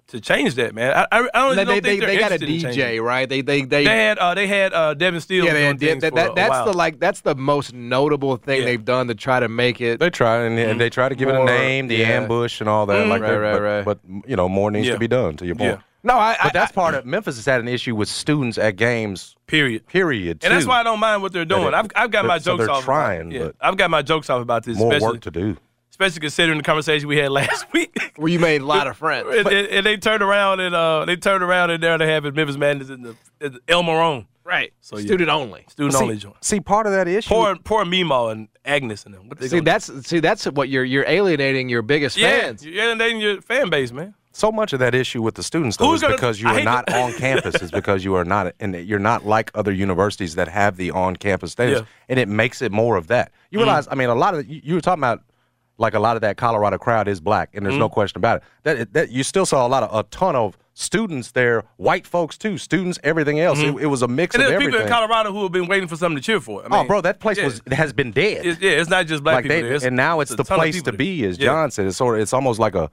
[SPEAKER 7] to change that, man. I, I, I
[SPEAKER 2] They-
[SPEAKER 7] don't, don't
[SPEAKER 2] they-
[SPEAKER 7] think
[SPEAKER 2] they-
[SPEAKER 7] they're
[SPEAKER 2] they got a
[SPEAKER 7] interested in changing
[SPEAKER 2] DJ,
[SPEAKER 7] it.
[SPEAKER 2] right? They they they,
[SPEAKER 7] had uh, they had uh, Devin Steele.
[SPEAKER 2] Yeah, they had
[SPEAKER 7] doing
[SPEAKER 2] Dip-
[SPEAKER 7] things
[SPEAKER 2] that,
[SPEAKER 7] for
[SPEAKER 2] that,
[SPEAKER 7] a
[SPEAKER 2] that's
[SPEAKER 7] while.
[SPEAKER 2] the like that's the most notable thing they've done to try to make it.
[SPEAKER 1] They try and, and they try to give it a
[SPEAKER 2] More-
[SPEAKER 7] Mm.
[SPEAKER 1] name, the
[SPEAKER 2] yeah.
[SPEAKER 1] ambush, and all that.
[SPEAKER 2] Mm.
[SPEAKER 1] Like
[SPEAKER 2] Right,
[SPEAKER 1] that,
[SPEAKER 2] right,
[SPEAKER 1] but, But you know, more needs
[SPEAKER 2] Yeah.
[SPEAKER 1] to be done. To your point.
[SPEAKER 2] Yeah. No, I.
[SPEAKER 1] But that's part of Memphis has had an issue with students at games.
[SPEAKER 7] Period.
[SPEAKER 1] Period.
[SPEAKER 7] And that's
[SPEAKER 1] too.
[SPEAKER 7] why I don't mind what they're
[SPEAKER 1] That
[SPEAKER 7] doing.
[SPEAKER 1] it-
[SPEAKER 7] I've, I've got my
[SPEAKER 1] so
[SPEAKER 7] jokes
[SPEAKER 1] they're
[SPEAKER 7] off.
[SPEAKER 1] trying,
[SPEAKER 7] about, yeah,
[SPEAKER 1] but
[SPEAKER 7] I've got my jokes off about this,
[SPEAKER 1] more
[SPEAKER 7] especially,
[SPEAKER 1] work to do.
[SPEAKER 7] especially considering the conversation we had last week.
[SPEAKER 2] Where you made a lot of friends.
[SPEAKER 7] and, and- and they turned around and uh, they turned around and there they have it Memphis Madness in the, in the El Marone.
[SPEAKER 2] Right.
[SPEAKER 7] So yeah.
[SPEAKER 2] Student only.
[SPEAKER 7] Student
[SPEAKER 2] Well, see-
[SPEAKER 7] only joint.
[SPEAKER 1] See, part of that issue.
[SPEAKER 7] Poor poor Mimo and Agnes and them. What they
[SPEAKER 2] See,
[SPEAKER 7] gonna
[SPEAKER 2] that's see, that's what you're you're alienating your biggest
[SPEAKER 7] do? yeah,
[SPEAKER 2] fans.
[SPEAKER 7] you're alienating your fan base, man.
[SPEAKER 1] So much of that issue with the students though
[SPEAKER 7] Who's
[SPEAKER 1] is
[SPEAKER 7] gonna-
[SPEAKER 1] because you
[SPEAKER 7] I
[SPEAKER 1] are
[SPEAKER 7] hate
[SPEAKER 1] not
[SPEAKER 7] to-
[SPEAKER 1] on campus, is because you are not and you're not like other universities that have the on campus status.
[SPEAKER 7] Yeah. Mm.
[SPEAKER 1] And it makes it more of that. You realize I mean a lot of you, you were talking about like a lot of that Colorado crowd is black, and
[SPEAKER 7] Mm.
[SPEAKER 1] there's no question about it. That that you still saw a lot of a ton of students there, white folks too, students, everything else. It, it was a mix
[SPEAKER 7] Mm-hmm. And
[SPEAKER 1] of
[SPEAKER 7] there's
[SPEAKER 1] everything.
[SPEAKER 7] people in Colorado who have been waiting for something to cheer for. I
[SPEAKER 1] Oh,
[SPEAKER 7] mean,
[SPEAKER 1] bro, that place
[SPEAKER 7] yeah.
[SPEAKER 1] was has been dead.
[SPEAKER 7] It's- yeah, it's not just black
[SPEAKER 1] Like
[SPEAKER 7] people.
[SPEAKER 1] they-
[SPEAKER 7] there. It's-
[SPEAKER 1] and now it's,
[SPEAKER 7] a
[SPEAKER 1] the
[SPEAKER 7] ton of
[SPEAKER 1] place
[SPEAKER 7] people
[SPEAKER 1] to
[SPEAKER 7] there.
[SPEAKER 1] be, as
[SPEAKER 7] Yeah.
[SPEAKER 1] John said. It's sort of, it's almost like a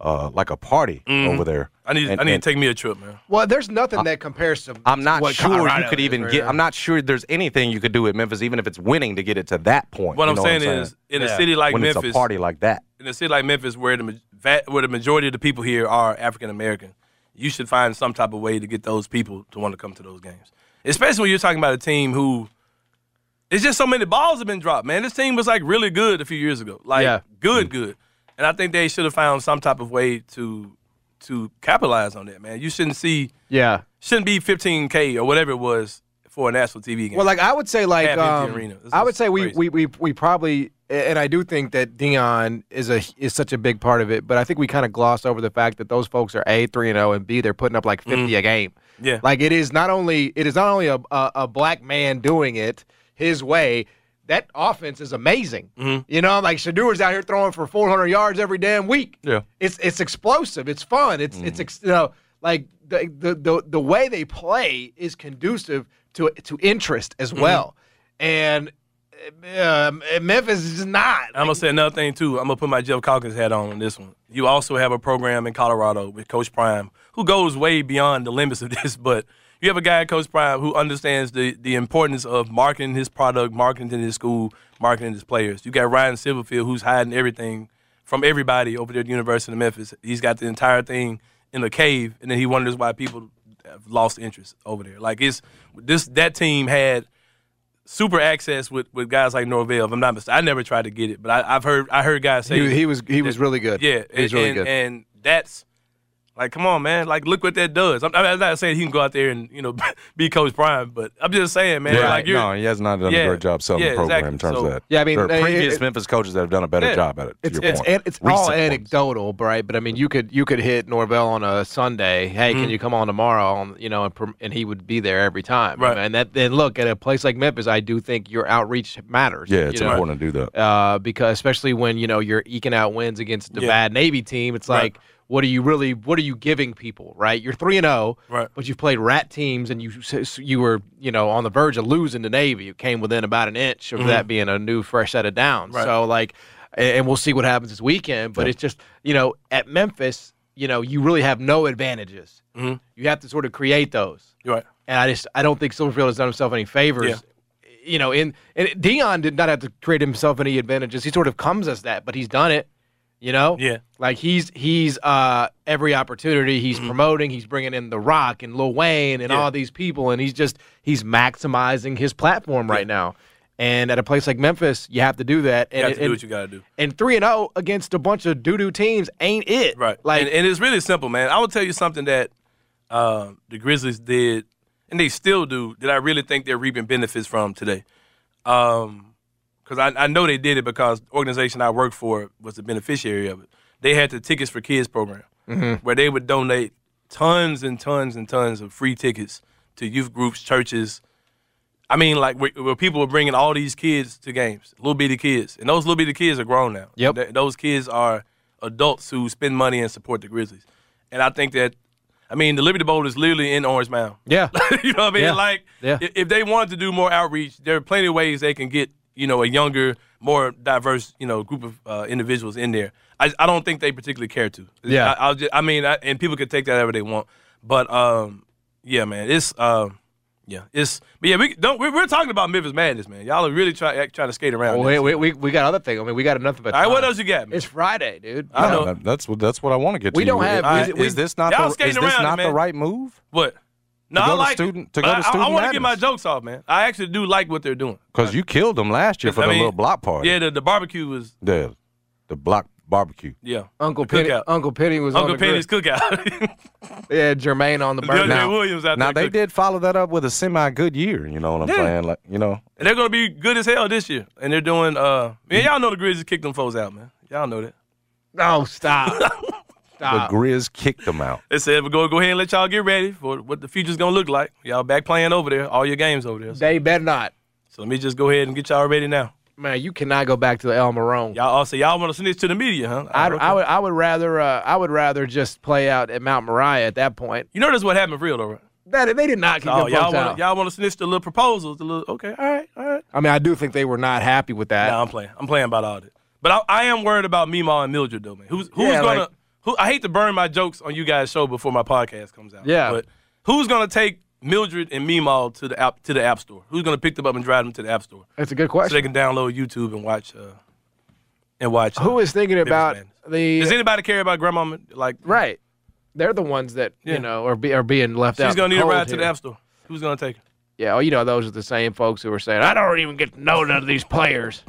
[SPEAKER 1] uh, like a party
[SPEAKER 7] Mhm.
[SPEAKER 1] over there.
[SPEAKER 7] I need
[SPEAKER 1] And-
[SPEAKER 7] I need
[SPEAKER 1] and
[SPEAKER 7] to take me a trip, man.
[SPEAKER 2] Well, there's nothing that compares to.
[SPEAKER 1] I'm not
[SPEAKER 2] what
[SPEAKER 1] sure
[SPEAKER 2] Colorado
[SPEAKER 1] you could
[SPEAKER 2] is
[SPEAKER 1] even
[SPEAKER 2] right
[SPEAKER 1] get.
[SPEAKER 2] now.
[SPEAKER 1] I'm not sure there's anything you could do at Memphis, even if it's winning, to get it to that point.
[SPEAKER 7] What
[SPEAKER 1] You
[SPEAKER 7] I'm
[SPEAKER 1] know
[SPEAKER 7] saying is, in a city like
[SPEAKER 1] when
[SPEAKER 7] Memphis-
[SPEAKER 1] it's a party like that.
[SPEAKER 7] in a city like Memphis, where the ma- va- where the majority of the people here are African American, you should find some type of way to get those people to want to come to those games. Especially when you're talking about a team who, it's just so many balls have been dropped, man. This team was like really good a few years ago, like good, good, and I think they should have found some type of way to to capitalize on that, man. You shouldn't see
[SPEAKER 2] Yeah.
[SPEAKER 7] shouldn't be 15k or whatever it was for a national TV game.
[SPEAKER 2] Well, like I would say, like
[SPEAKER 7] Half empty
[SPEAKER 2] um,
[SPEAKER 7] arena. This
[SPEAKER 2] I
[SPEAKER 7] is
[SPEAKER 2] would say we,
[SPEAKER 7] crazy.
[SPEAKER 2] we we we probably, and I do think that Dion is a is such a big part of it. But I think we kind of gloss over the fact that those folks are a three and zero, and b they're putting up like fifty a game.
[SPEAKER 7] Yeah.
[SPEAKER 2] like it is not only it is not only a a, a black man doing it his way. That offense is amazing. You know, like Shadur's out here throwing for 400 yards every damn week.
[SPEAKER 1] Yeah.
[SPEAKER 2] It's it's explosive. It's fun. It's it's ex- you know like the, the the the way they play is conducive to to interest as well, and uh, Memphis is not.
[SPEAKER 7] I'm gonna say another thing too. I'm gonna put my Jeff Calkins hat on on this one. You also have a program in Colorado with Coach Prime, who goes way beyond the limits of this. But you have a guy, Coach Prime, who understands the the importance of marketing his product, marketing his school, marketing his players. You got Ryan Silverfield, who's hiding everything from everybody over there at the University of Memphis. He's got the entire thing in a cave, and then he wonders why people have lost interest over there. Like it's this that team had super access with, with guys like Norvell. If I'm not mistaken, I never tried to get it, but I, I've heard I heard guys say
[SPEAKER 2] He, he was he was really good.
[SPEAKER 7] yeah,
[SPEAKER 2] he was
[SPEAKER 7] and,
[SPEAKER 2] really
[SPEAKER 7] and,
[SPEAKER 2] good.
[SPEAKER 7] and that's like, come on, man. Like, look what that does. I'm, I'm not saying he can go out there and you know be Coach Prime, but I'm just saying, man.
[SPEAKER 1] Yeah,
[SPEAKER 7] like, you're,
[SPEAKER 1] no, he has not done
[SPEAKER 7] Yeah,
[SPEAKER 1] a great job selling
[SPEAKER 7] yeah,
[SPEAKER 1] the program
[SPEAKER 7] exactly.
[SPEAKER 1] in terms
[SPEAKER 7] So-
[SPEAKER 1] of that.
[SPEAKER 2] Yeah, I mean,
[SPEAKER 1] there
[SPEAKER 2] it-
[SPEAKER 1] are previous
[SPEAKER 2] it-
[SPEAKER 1] Memphis coaches that have done a better
[SPEAKER 2] Yeah.
[SPEAKER 1] job at it. To
[SPEAKER 2] It's
[SPEAKER 1] your
[SPEAKER 2] it's,
[SPEAKER 1] point,
[SPEAKER 2] an- it's all
[SPEAKER 1] Recent ones.
[SPEAKER 2] anecdotal, right? But I mean, you could you could hit Norvell on a Sunday. Hey, can
[SPEAKER 7] Mhm.
[SPEAKER 2] you come on tomorrow? On you know, and, prom- and he would be there every time. Right. And that and look at a place like Memphis, I do think your outreach matters.
[SPEAKER 1] Yeah, it's
[SPEAKER 2] you know?
[SPEAKER 1] important to do that.
[SPEAKER 2] uh, because especially when you know you're eking out wins against the
[SPEAKER 1] Yeah.
[SPEAKER 2] bad Navy team, it's
[SPEAKER 1] Right.
[SPEAKER 2] like what are you really what are you giving people, right? You're three and zero,
[SPEAKER 7] right?
[SPEAKER 2] But you've played rat teams and you s- you were you know on the verge of losing to Navy. You came within about an inch of
[SPEAKER 7] Mhm.
[SPEAKER 2] that being a new fresh set of downs.
[SPEAKER 7] Right.
[SPEAKER 2] So like, a- and we'll see what happens this weekend. But
[SPEAKER 7] Yeah.
[SPEAKER 2] it's just you know at Memphis, you know you really have no advantages.
[SPEAKER 7] Mhm.
[SPEAKER 2] You have to sort of create those.
[SPEAKER 7] You're right.
[SPEAKER 2] And I just I don't think Silverfield has done himself any favors. You know, in and Dion did not have to create himself any advantages. He sort of comes as that, but he's done it. You know,
[SPEAKER 7] Yeah.
[SPEAKER 2] like he's he's uh every opportunity he's promoting, he's bringing in The Rock and Lil Wayne and
[SPEAKER 7] Mm-hmm. Yeah.
[SPEAKER 2] all these people, and he's just he's maximizing his platform right now. And at a place like Memphis, you have to do that.
[SPEAKER 7] You
[SPEAKER 2] And
[SPEAKER 7] have
[SPEAKER 2] it-
[SPEAKER 7] to do
[SPEAKER 2] and-
[SPEAKER 7] what you got to do.
[SPEAKER 2] And three and zero against a bunch of doo doo teams ain't it? Right. Like
[SPEAKER 7] and, and it's really simple, man. I will tell you something that uh, the Grizzlies did, and they still do, that I really think they're reaping benefits from today. Um, Because I, I know they did it because the organization I worked for was the beneficiary of it. They had the Tickets for Kids program,
[SPEAKER 9] Mhm.
[SPEAKER 2] Mm-hmm.
[SPEAKER 7] where they would donate tons and tons and tons of free tickets to youth groups, churches. I mean, like where, where people were bringing all these kids to games, little bitty kids, and those little bitty kids are grown now. Yep, those kids are adults who spend money and support the Grizzlies. And I think that, I mean, the Liberty Bowl is literally in Orange Mound.
[SPEAKER 2] Yeah.
[SPEAKER 7] you know what I mean?
[SPEAKER 2] Yeah.
[SPEAKER 7] Like,
[SPEAKER 2] Yeah.
[SPEAKER 7] i- if they wanted to do more outreach, there are plenty of ways they can get, you know, a younger, more diverse, you know, group of uh, individuals in there. I, I don't think they particularly care to.
[SPEAKER 2] Yeah.
[SPEAKER 7] I, I'll just, I mean, I, and people can take that however they want. But, um, yeah, man, it's, um, yeah, it's, but yeah, we don't, we're, we're talking about Memphis Madness, man. Y'all are really trying trying to skate around.
[SPEAKER 2] Oh,
[SPEAKER 7] this.
[SPEAKER 2] wait, we, we, we got other thing. I mean, we got enough of it.
[SPEAKER 7] All right, what else you got?
[SPEAKER 2] It's Friday, dude.
[SPEAKER 7] I know.
[SPEAKER 1] That- That's what that's what I want to get.
[SPEAKER 2] We
[SPEAKER 1] to
[SPEAKER 2] don't
[SPEAKER 1] you.
[SPEAKER 2] have-
[SPEAKER 1] Is,
[SPEAKER 2] we-
[SPEAKER 1] is
[SPEAKER 2] we-
[SPEAKER 1] this not
[SPEAKER 7] Y'all
[SPEAKER 1] the,
[SPEAKER 7] skating
[SPEAKER 1] is this
[SPEAKER 7] around it,
[SPEAKER 1] not the
[SPEAKER 7] man.
[SPEAKER 1] right move?
[SPEAKER 7] What? No,
[SPEAKER 1] go
[SPEAKER 7] I
[SPEAKER 1] to
[SPEAKER 7] like it.
[SPEAKER 1] student- to
[SPEAKER 7] But
[SPEAKER 1] go to
[SPEAKER 7] I- I,
[SPEAKER 1] student
[SPEAKER 7] want to get
[SPEAKER 1] madness.
[SPEAKER 7] my jokes off, man. I actually do like what they're doing.
[SPEAKER 1] Because you killed them last year for
[SPEAKER 7] I
[SPEAKER 1] the
[SPEAKER 7] mean,
[SPEAKER 1] little block party.
[SPEAKER 7] Yeah, the, the barbecue was
[SPEAKER 1] The the block barbecue.
[SPEAKER 7] yeah.
[SPEAKER 2] Uncle
[SPEAKER 7] The
[SPEAKER 2] Penny.
[SPEAKER 7] cookout.
[SPEAKER 2] Uncle Penny was
[SPEAKER 7] Uncle
[SPEAKER 2] on the
[SPEAKER 7] Penny's
[SPEAKER 2] grill.
[SPEAKER 7] cookout.
[SPEAKER 2] Yeah, Jermaine on the burger.
[SPEAKER 1] now, now
[SPEAKER 7] there
[SPEAKER 1] they did follow that up with a semi good year. You know what I'm
[SPEAKER 7] Yeah.
[SPEAKER 1] saying? Like you know,
[SPEAKER 7] and they're gonna be good as hell this year. And they're doing uh man, y'all know the Grizzlies kicked them foes out, man. Y'all know that.
[SPEAKER 2] No, stop.
[SPEAKER 7] Stop.
[SPEAKER 1] the Grizz kicked them out.
[SPEAKER 7] They said, "Well, go go ahead and let y'all get ready for what the future's gonna look like. Y'all back playing over there, all your games over there."
[SPEAKER 2] They better not.
[SPEAKER 7] So let me just go ahead and get y'all ready now.
[SPEAKER 2] Man, you cannot go back to the El Marone.
[SPEAKER 7] Y'all also y'all want to send this to the media, huh?
[SPEAKER 2] I'd, I would. I would rather. Uh, I would rather just play out at Mount Moriah at that point.
[SPEAKER 7] You know that's what happened for real, though. Right?
[SPEAKER 2] That they did not kick
[SPEAKER 7] Oh,
[SPEAKER 2] them
[SPEAKER 7] y'all
[SPEAKER 2] folks
[SPEAKER 7] want
[SPEAKER 2] out.
[SPEAKER 7] to y'all want to snitch the little proposals, the little okay, all right, all right.
[SPEAKER 2] I mean, I do think they were not happy with that.
[SPEAKER 7] Nah, I'm playing. I'm playing about all that. But I, I am worried about Meemaw and Mildred though, man. Who's who's
[SPEAKER 2] Yeah,
[SPEAKER 7] gonna
[SPEAKER 2] like-
[SPEAKER 7] who I hate to burn my jokes on you guys' show before my podcast comes out.
[SPEAKER 2] Yeah.
[SPEAKER 7] But who's gonna take Mildred and Meemaw to the app to the app store? Who's gonna pick them up and drive them to the app store?
[SPEAKER 2] That's a good
[SPEAKER 7] So they
[SPEAKER 2] question.
[SPEAKER 7] can download YouTube and watch uh and watch
[SPEAKER 2] Who is thinking
[SPEAKER 7] Memphis
[SPEAKER 2] about
[SPEAKER 7] Madness.
[SPEAKER 2] the?
[SPEAKER 7] Does anybody care about grandma like
[SPEAKER 2] right? They're the ones that
[SPEAKER 7] Yeah.
[SPEAKER 2] you know are be, are being left out.
[SPEAKER 7] She's
[SPEAKER 2] in the
[SPEAKER 7] gonna need a
[SPEAKER 2] cold
[SPEAKER 7] ride to
[SPEAKER 2] here.
[SPEAKER 7] the app store. Who's gonna take her?
[SPEAKER 2] Yeah, well, you know, those are the same folks who were saying, I don't even get to know none of these players.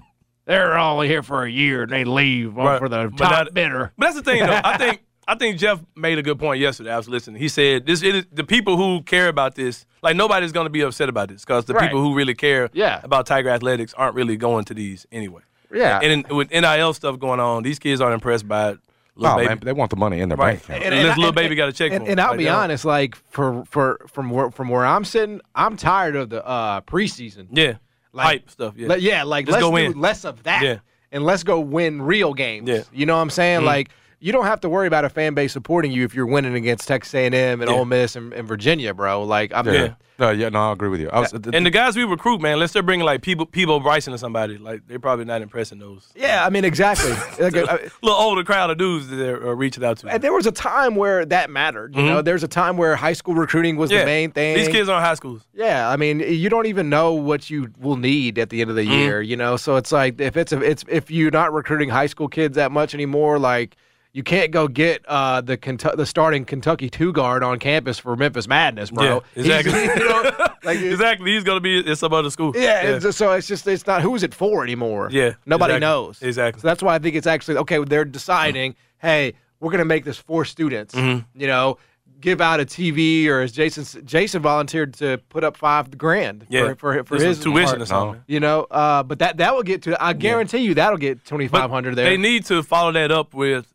[SPEAKER 2] They're only here for a year and they leave on
[SPEAKER 7] Right.
[SPEAKER 2] for the
[SPEAKER 7] But
[SPEAKER 2] top
[SPEAKER 7] not-
[SPEAKER 2] bidder.
[SPEAKER 7] But that's the thing, though. I think I think Jeff made a good point yesterday. I was listening. He said this it is, the people who care about this, like nobody's going to be upset about this because the
[SPEAKER 2] Right.
[SPEAKER 7] people who really care
[SPEAKER 2] Yeah.
[SPEAKER 7] about Tiger Athletics aren't really going to these anyway.
[SPEAKER 2] Yeah.
[SPEAKER 7] and, and with NIL stuff going on, these kids aren't impressed by it. Little
[SPEAKER 1] No,
[SPEAKER 2] Oh,
[SPEAKER 7] baby.
[SPEAKER 1] Oh, man, they want the money in their
[SPEAKER 7] Right.
[SPEAKER 1] bank account.
[SPEAKER 7] And- Unless Lil Baby got a check
[SPEAKER 2] And,
[SPEAKER 7] for him.
[SPEAKER 2] and I'll
[SPEAKER 7] Like, uh,
[SPEAKER 2] be
[SPEAKER 7] they don't-
[SPEAKER 2] honest, like for for from where from where I'm sitting, I'm tired of the uh preseason.
[SPEAKER 7] Yeah.
[SPEAKER 2] Like,
[SPEAKER 7] Hype stuff, yeah.
[SPEAKER 2] le- yeah, like
[SPEAKER 7] Just
[SPEAKER 2] let's
[SPEAKER 7] go
[SPEAKER 2] do
[SPEAKER 7] win.
[SPEAKER 2] less of that.
[SPEAKER 7] Yeah.
[SPEAKER 2] And let's go win real games.
[SPEAKER 7] Yeah.
[SPEAKER 2] You know what I'm saying?
[SPEAKER 7] Mhm.
[SPEAKER 2] Like you don't have to worry about a fan base supporting you if you're winning against Texas A&M and
[SPEAKER 7] Yeah.
[SPEAKER 2] Ole Miss and, and Virginia, bro. Like I'm
[SPEAKER 1] Yeah. No, yeah, no, I agree with you. I was,
[SPEAKER 7] and the guys we recruit, man, unless they're bringing like people, Peebo Bryson or somebody, like they're probably not impressing those.
[SPEAKER 2] Yeah, I mean exactly. Like, uh,
[SPEAKER 7] a little older crowd of dudes that they're uh, reaching out to.
[SPEAKER 2] And there was a time where that mattered. You
[SPEAKER 7] Mhm.
[SPEAKER 2] know, there's a time where high school recruiting was
[SPEAKER 7] Yeah.
[SPEAKER 2] the main thing.
[SPEAKER 7] These kids aren't high schools.
[SPEAKER 2] Yeah, I mean, you don't even know what you will need at the end of the
[SPEAKER 7] Mhm.
[SPEAKER 2] year. You know, so it's like if it's a, it's if you're not recruiting high school kids that much anymore, like. You can't go get uh, the Kentu- the starting Kentucky two guard on campus for Memphis Madness, bro.
[SPEAKER 7] Yeah,
[SPEAKER 2] He's-
[SPEAKER 7] exactly.
[SPEAKER 2] like,
[SPEAKER 7] exactly. He's gonna be at some other school.
[SPEAKER 2] yeah, it's just- so it's just it's not who's it for anymore.
[SPEAKER 7] Yeah,
[SPEAKER 2] nobody
[SPEAKER 7] exactly.
[SPEAKER 2] knows.
[SPEAKER 7] Exactly.
[SPEAKER 2] So that's why I think it's actually okay. They're deciding, hey, we're gonna make this for students.
[SPEAKER 7] Mhm.
[SPEAKER 2] You know, give out a TV or as Jason Jason volunteered to put up five grand
[SPEAKER 7] Yeah.
[SPEAKER 2] for for, for
[SPEAKER 7] Just
[SPEAKER 2] his
[SPEAKER 7] some tuition
[SPEAKER 2] part,
[SPEAKER 7] or something.
[SPEAKER 2] You know, uh, but that that will get to. I guarantee you that'll get twenty five hundred there.
[SPEAKER 7] They need to follow that up with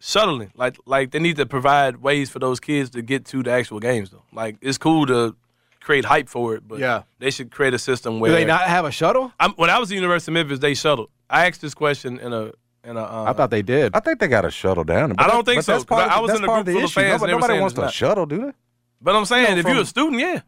[SPEAKER 7] shuttling. Like like they need to provide ways for those kids to get to the actual games though. Like it's cool to create hype for it, but
[SPEAKER 2] Yeah.
[SPEAKER 7] they should create a system
[SPEAKER 2] Do
[SPEAKER 7] where
[SPEAKER 2] they not have a shuttle?
[SPEAKER 7] I'm, when I was at the University of Memphis, they shuttled. I asked this question in a in a. Uh,
[SPEAKER 1] I thought
[SPEAKER 2] they did.
[SPEAKER 1] I think they got a shuttle down.
[SPEAKER 7] I don't think
[SPEAKER 1] but
[SPEAKER 7] so,
[SPEAKER 1] That's part of
[SPEAKER 7] 'cause I
[SPEAKER 1] the,
[SPEAKER 7] was
[SPEAKER 1] that's
[SPEAKER 7] in a
[SPEAKER 1] part of
[SPEAKER 7] group
[SPEAKER 1] the
[SPEAKER 7] full of
[SPEAKER 1] issue.
[SPEAKER 7] fans,
[SPEAKER 1] Nobody,
[SPEAKER 7] they were
[SPEAKER 1] nobody
[SPEAKER 7] saying
[SPEAKER 1] wants
[SPEAKER 7] it's
[SPEAKER 1] to
[SPEAKER 7] not.
[SPEAKER 1] shuttle, do they?
[SPEAKER 7] but I'm saying
[SPEAKER 1] No,
[SPEAKER 7] if you're
[SPEAKER 1] from-
[SPEAKER 7] a student, yeah.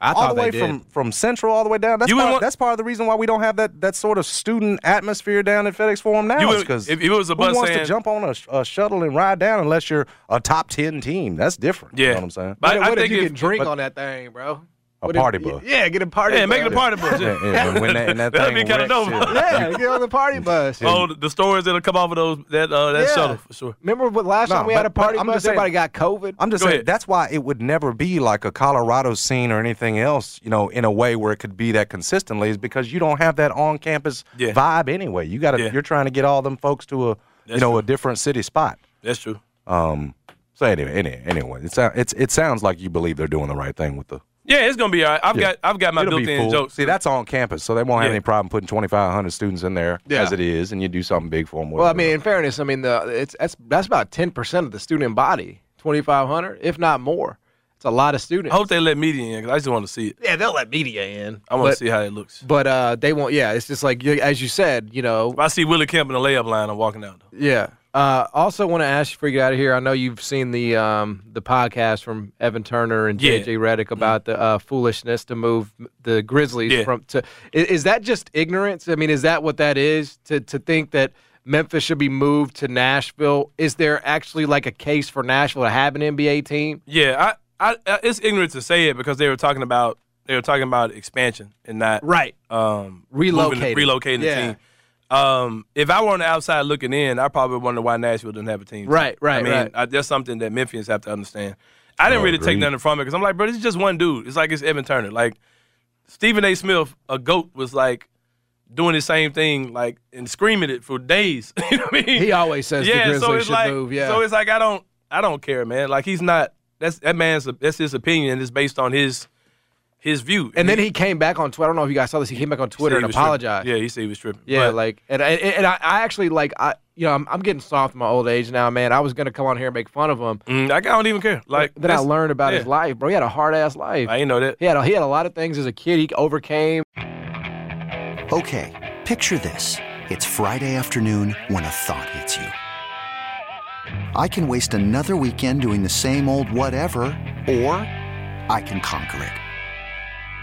[SPEAKER 2] I
[SPEAKER 1] all the way from, from central all the way down. That's
[SPEAKER 7] You
[SPEAKER 1] part,
[SPEAKER 7] wouldn't want-
[SPEAKER 1] that's part of the reason why we don't have that, that sort of student atmosphere down at FedEx Forum
[SPEAKER 7] You
[SPEAKER 1] now.
[SPEAKER 7] would-
[SPEAKER 1] Because
[SPEAKER 7] if- if it was a
[SPEAKER 1] who
[SPEAKER 7] bus
[SPEAKER 1] wants to
[SPEAKER 7] saying-
[SPEAKER 1] jump on a, sh- a shuttle and ride down unless you're a top ten team? That's different.
[SPEAKER 7] Yeah.
[SPEAKER 1] you know what I'm saying.
[SPEAKER 7] But I- What I if think you
[SPEAKER 2] you can drink on that thing, bro.
[SPEAKER 1] A
[SPEAKER 2] What if-
[SPEAKER 1] party bus.
[SPEAKER 2] Yeah, get a party.
[SPEAKER 7] Yeah,
[SPEAKER 2] bus.
[SPEAKER 7] make it a party bus, yeah.
[SPEAKER 1] and when that, and that
[SPEAKER 7] That'd
[SPEAKER 1] thing
[SPEAKER 7] be kinda
[SPEAKER 1] wrecks,
[SPEAKER 7] dope.
[SPEAKER 1] yeah.
[SPEAKER 2] yeah, get on the party bus.
[SPEAKER 7] Oh, the- the stories that'll come off of those that uh, that
[SPEAKER 2] Yeah.
[SPEAKER 7] shuttle for sure.
[SPEAKER 2] Remember what last
[SPEAKER 1] No,
[SPEAKER 2] time we
[SPEAKER 1] but-
[SPEAKER 2] had a party
[SPEAKER 1] but I'm
[SPEAKER 2] bus?
[SPEAKER 1] just saying-
[SPEAKER 2] Everybody got COVID.
[SPEAKER 1] I'm just
[SPEAKER 7] Go
[SPEAKER 1] saying
[SPEAKER 7] ahead.
[SPEAKER 1] that's why it would never be like a Colorado scene or anything else, you know, in a way where it could be that consistently is because you don't have that on campus
[SPEAKER 7] Yeah.
[SPEAKER 1] vibe anyway. You gotta
[SPEAKER 7] Yeah.
[SPEAKER 1] you're trying to get all them folks to a you
[SPEAKER 7] That's
[SPEAKER 1] know,
[SPEAKER 7] true.
[SPEAKER 1] a different city spot.
[SPEAKER 7] That's true.
[SPEAKER 1] Um so anyway, anyway, anyway it's, it's it sounds like you believe they're doing the right thing with the
[SPEAKER 7] Yeah, it's gonna be all right. I've
[SPEAKER 1] Yeah.
[SPEAKER 7] got I've got my
[SPEAKER 1] It'll be full.
[SPEAKER 7] built-in jokes.
[SPEAKER 1] See, that's on campus, so they won't have
[SPEAKER 7] Yeah.
[SPEAKER 1] any problem putting 2,500 students in there
[SPEAKER 2] Yeah.
[SPEAKER 1] as it is, and you do something big for them.
[SPEAKER 2] Well, I mean, in fairness, I mean the it's that's that's about ten percent of the student body, twenty five hundred, if not more. It's a lot of students.
[SPEAKER 7] I hope they let media in because I just want to see it.
[SPEAKER 2] yeah, they'll let media in.
[SPEAKER 7] I want
[SPEAKER 2] But-
[SPEAKER 7] to see how it looks.
[SPEAKER 2] But uh, they won't. Yeah, it's just like you- as you said, you know.
[SPEAKER 7] If I see Willie Kemp in the layup line, I'm walking out. Though.
[SPEAKER 2] Yeah. Uh, also, want to ask you before you get out of here. I know you've seen the um, the podcast from Evan Turner and
[SPEAKER 7] Yeah. Mm-hmm.
[SPEAKER 2] JJ Redick about the uh, foolishness to move the Grizzlies
[SPEAKER 7] Yeah.
[SPEAKER 2] from. To i- is, that just ignorance? I mean, is that what that is? To to think that Memphis should be moved to Nashville? Is there actually like a case for Nashville to have an NBA team?
[SPEAKER 7] Yeah, I, I, I it's ignorant to say it because they were talking about they were talking about expansion and not
[SPEAKER 2] Right.
[SPEAKER 7] um
[SPEAKER 2] Relocating.
[SPEAKER 7] moving, relocating the
[SPEAKER 2] Yeah.
[SPEAKER 7] team. Um, if I were on the outside looking in, I probably wonder why Nashville didn't have a team.
[SPEAKER 2] Right, right,
[SPEAKER 7] I mean,
[SPEAKER 2] right.
[SPEAKER 7] I, that's something that Memphians have to understand. I didn't really take nothing from it because I'm like, bro, this is just one dude. It's like it's Evan Turner. Like Stephen A. Smith, a goat, was like doing the same thing, like and screaming it for days. you know what I mean?
[SPEAKER 2] He always says the Grizzlies
[SPEAKER 7] so it's
[SPEAKER 2] should
[SPEAKER 7] like,
[SPEAKER 2] move. Yeah.
[SPEAKER 7] So it's like I don't, I don't care, man. Like he's not. That's that man's. That's his opinion. It's based on his, his view.
[SPEAKER 2] and then he came back on Twitter. I don't know if you guys saw this. He came back on
[SPEAKER 7] said
[SPEAKER 2] Twitter
[SPEAKER 7] he
[SPEAKER 2] and
[SPEAKER 7] was tripping.
[SPEAKER 2] apologized.
[SPEAKER 7] Yeah, he said he was tripping.
[SPEAKER 2] Yeah,
[SPEAKER 7] But-
[SPEAKER 2] like, and I and I, I actually like I you know I'm, I'm getting soft in my old age now, man. I was gonna come on here and make fun of him,
[SPEAKER 7] Mm, I don't even care. Like
[SPEAKER 2] then I
[SPEAKER 7] that's-
[SPEAKER 2] learned about his
[SPEAKER 7] yeah.
[SPEAKER 2] life, bro. He had a hard ass life.
[SPEAKER 7] I ain't know that.
[SPEAKER 2] he had a, he had a lot of things as a kid. He overcame.
[SPEAKER 10] Okay, picture this. It's Friday afternoon when a thought hits you. I can waste another weekend doing the same old whatever, or I can conquer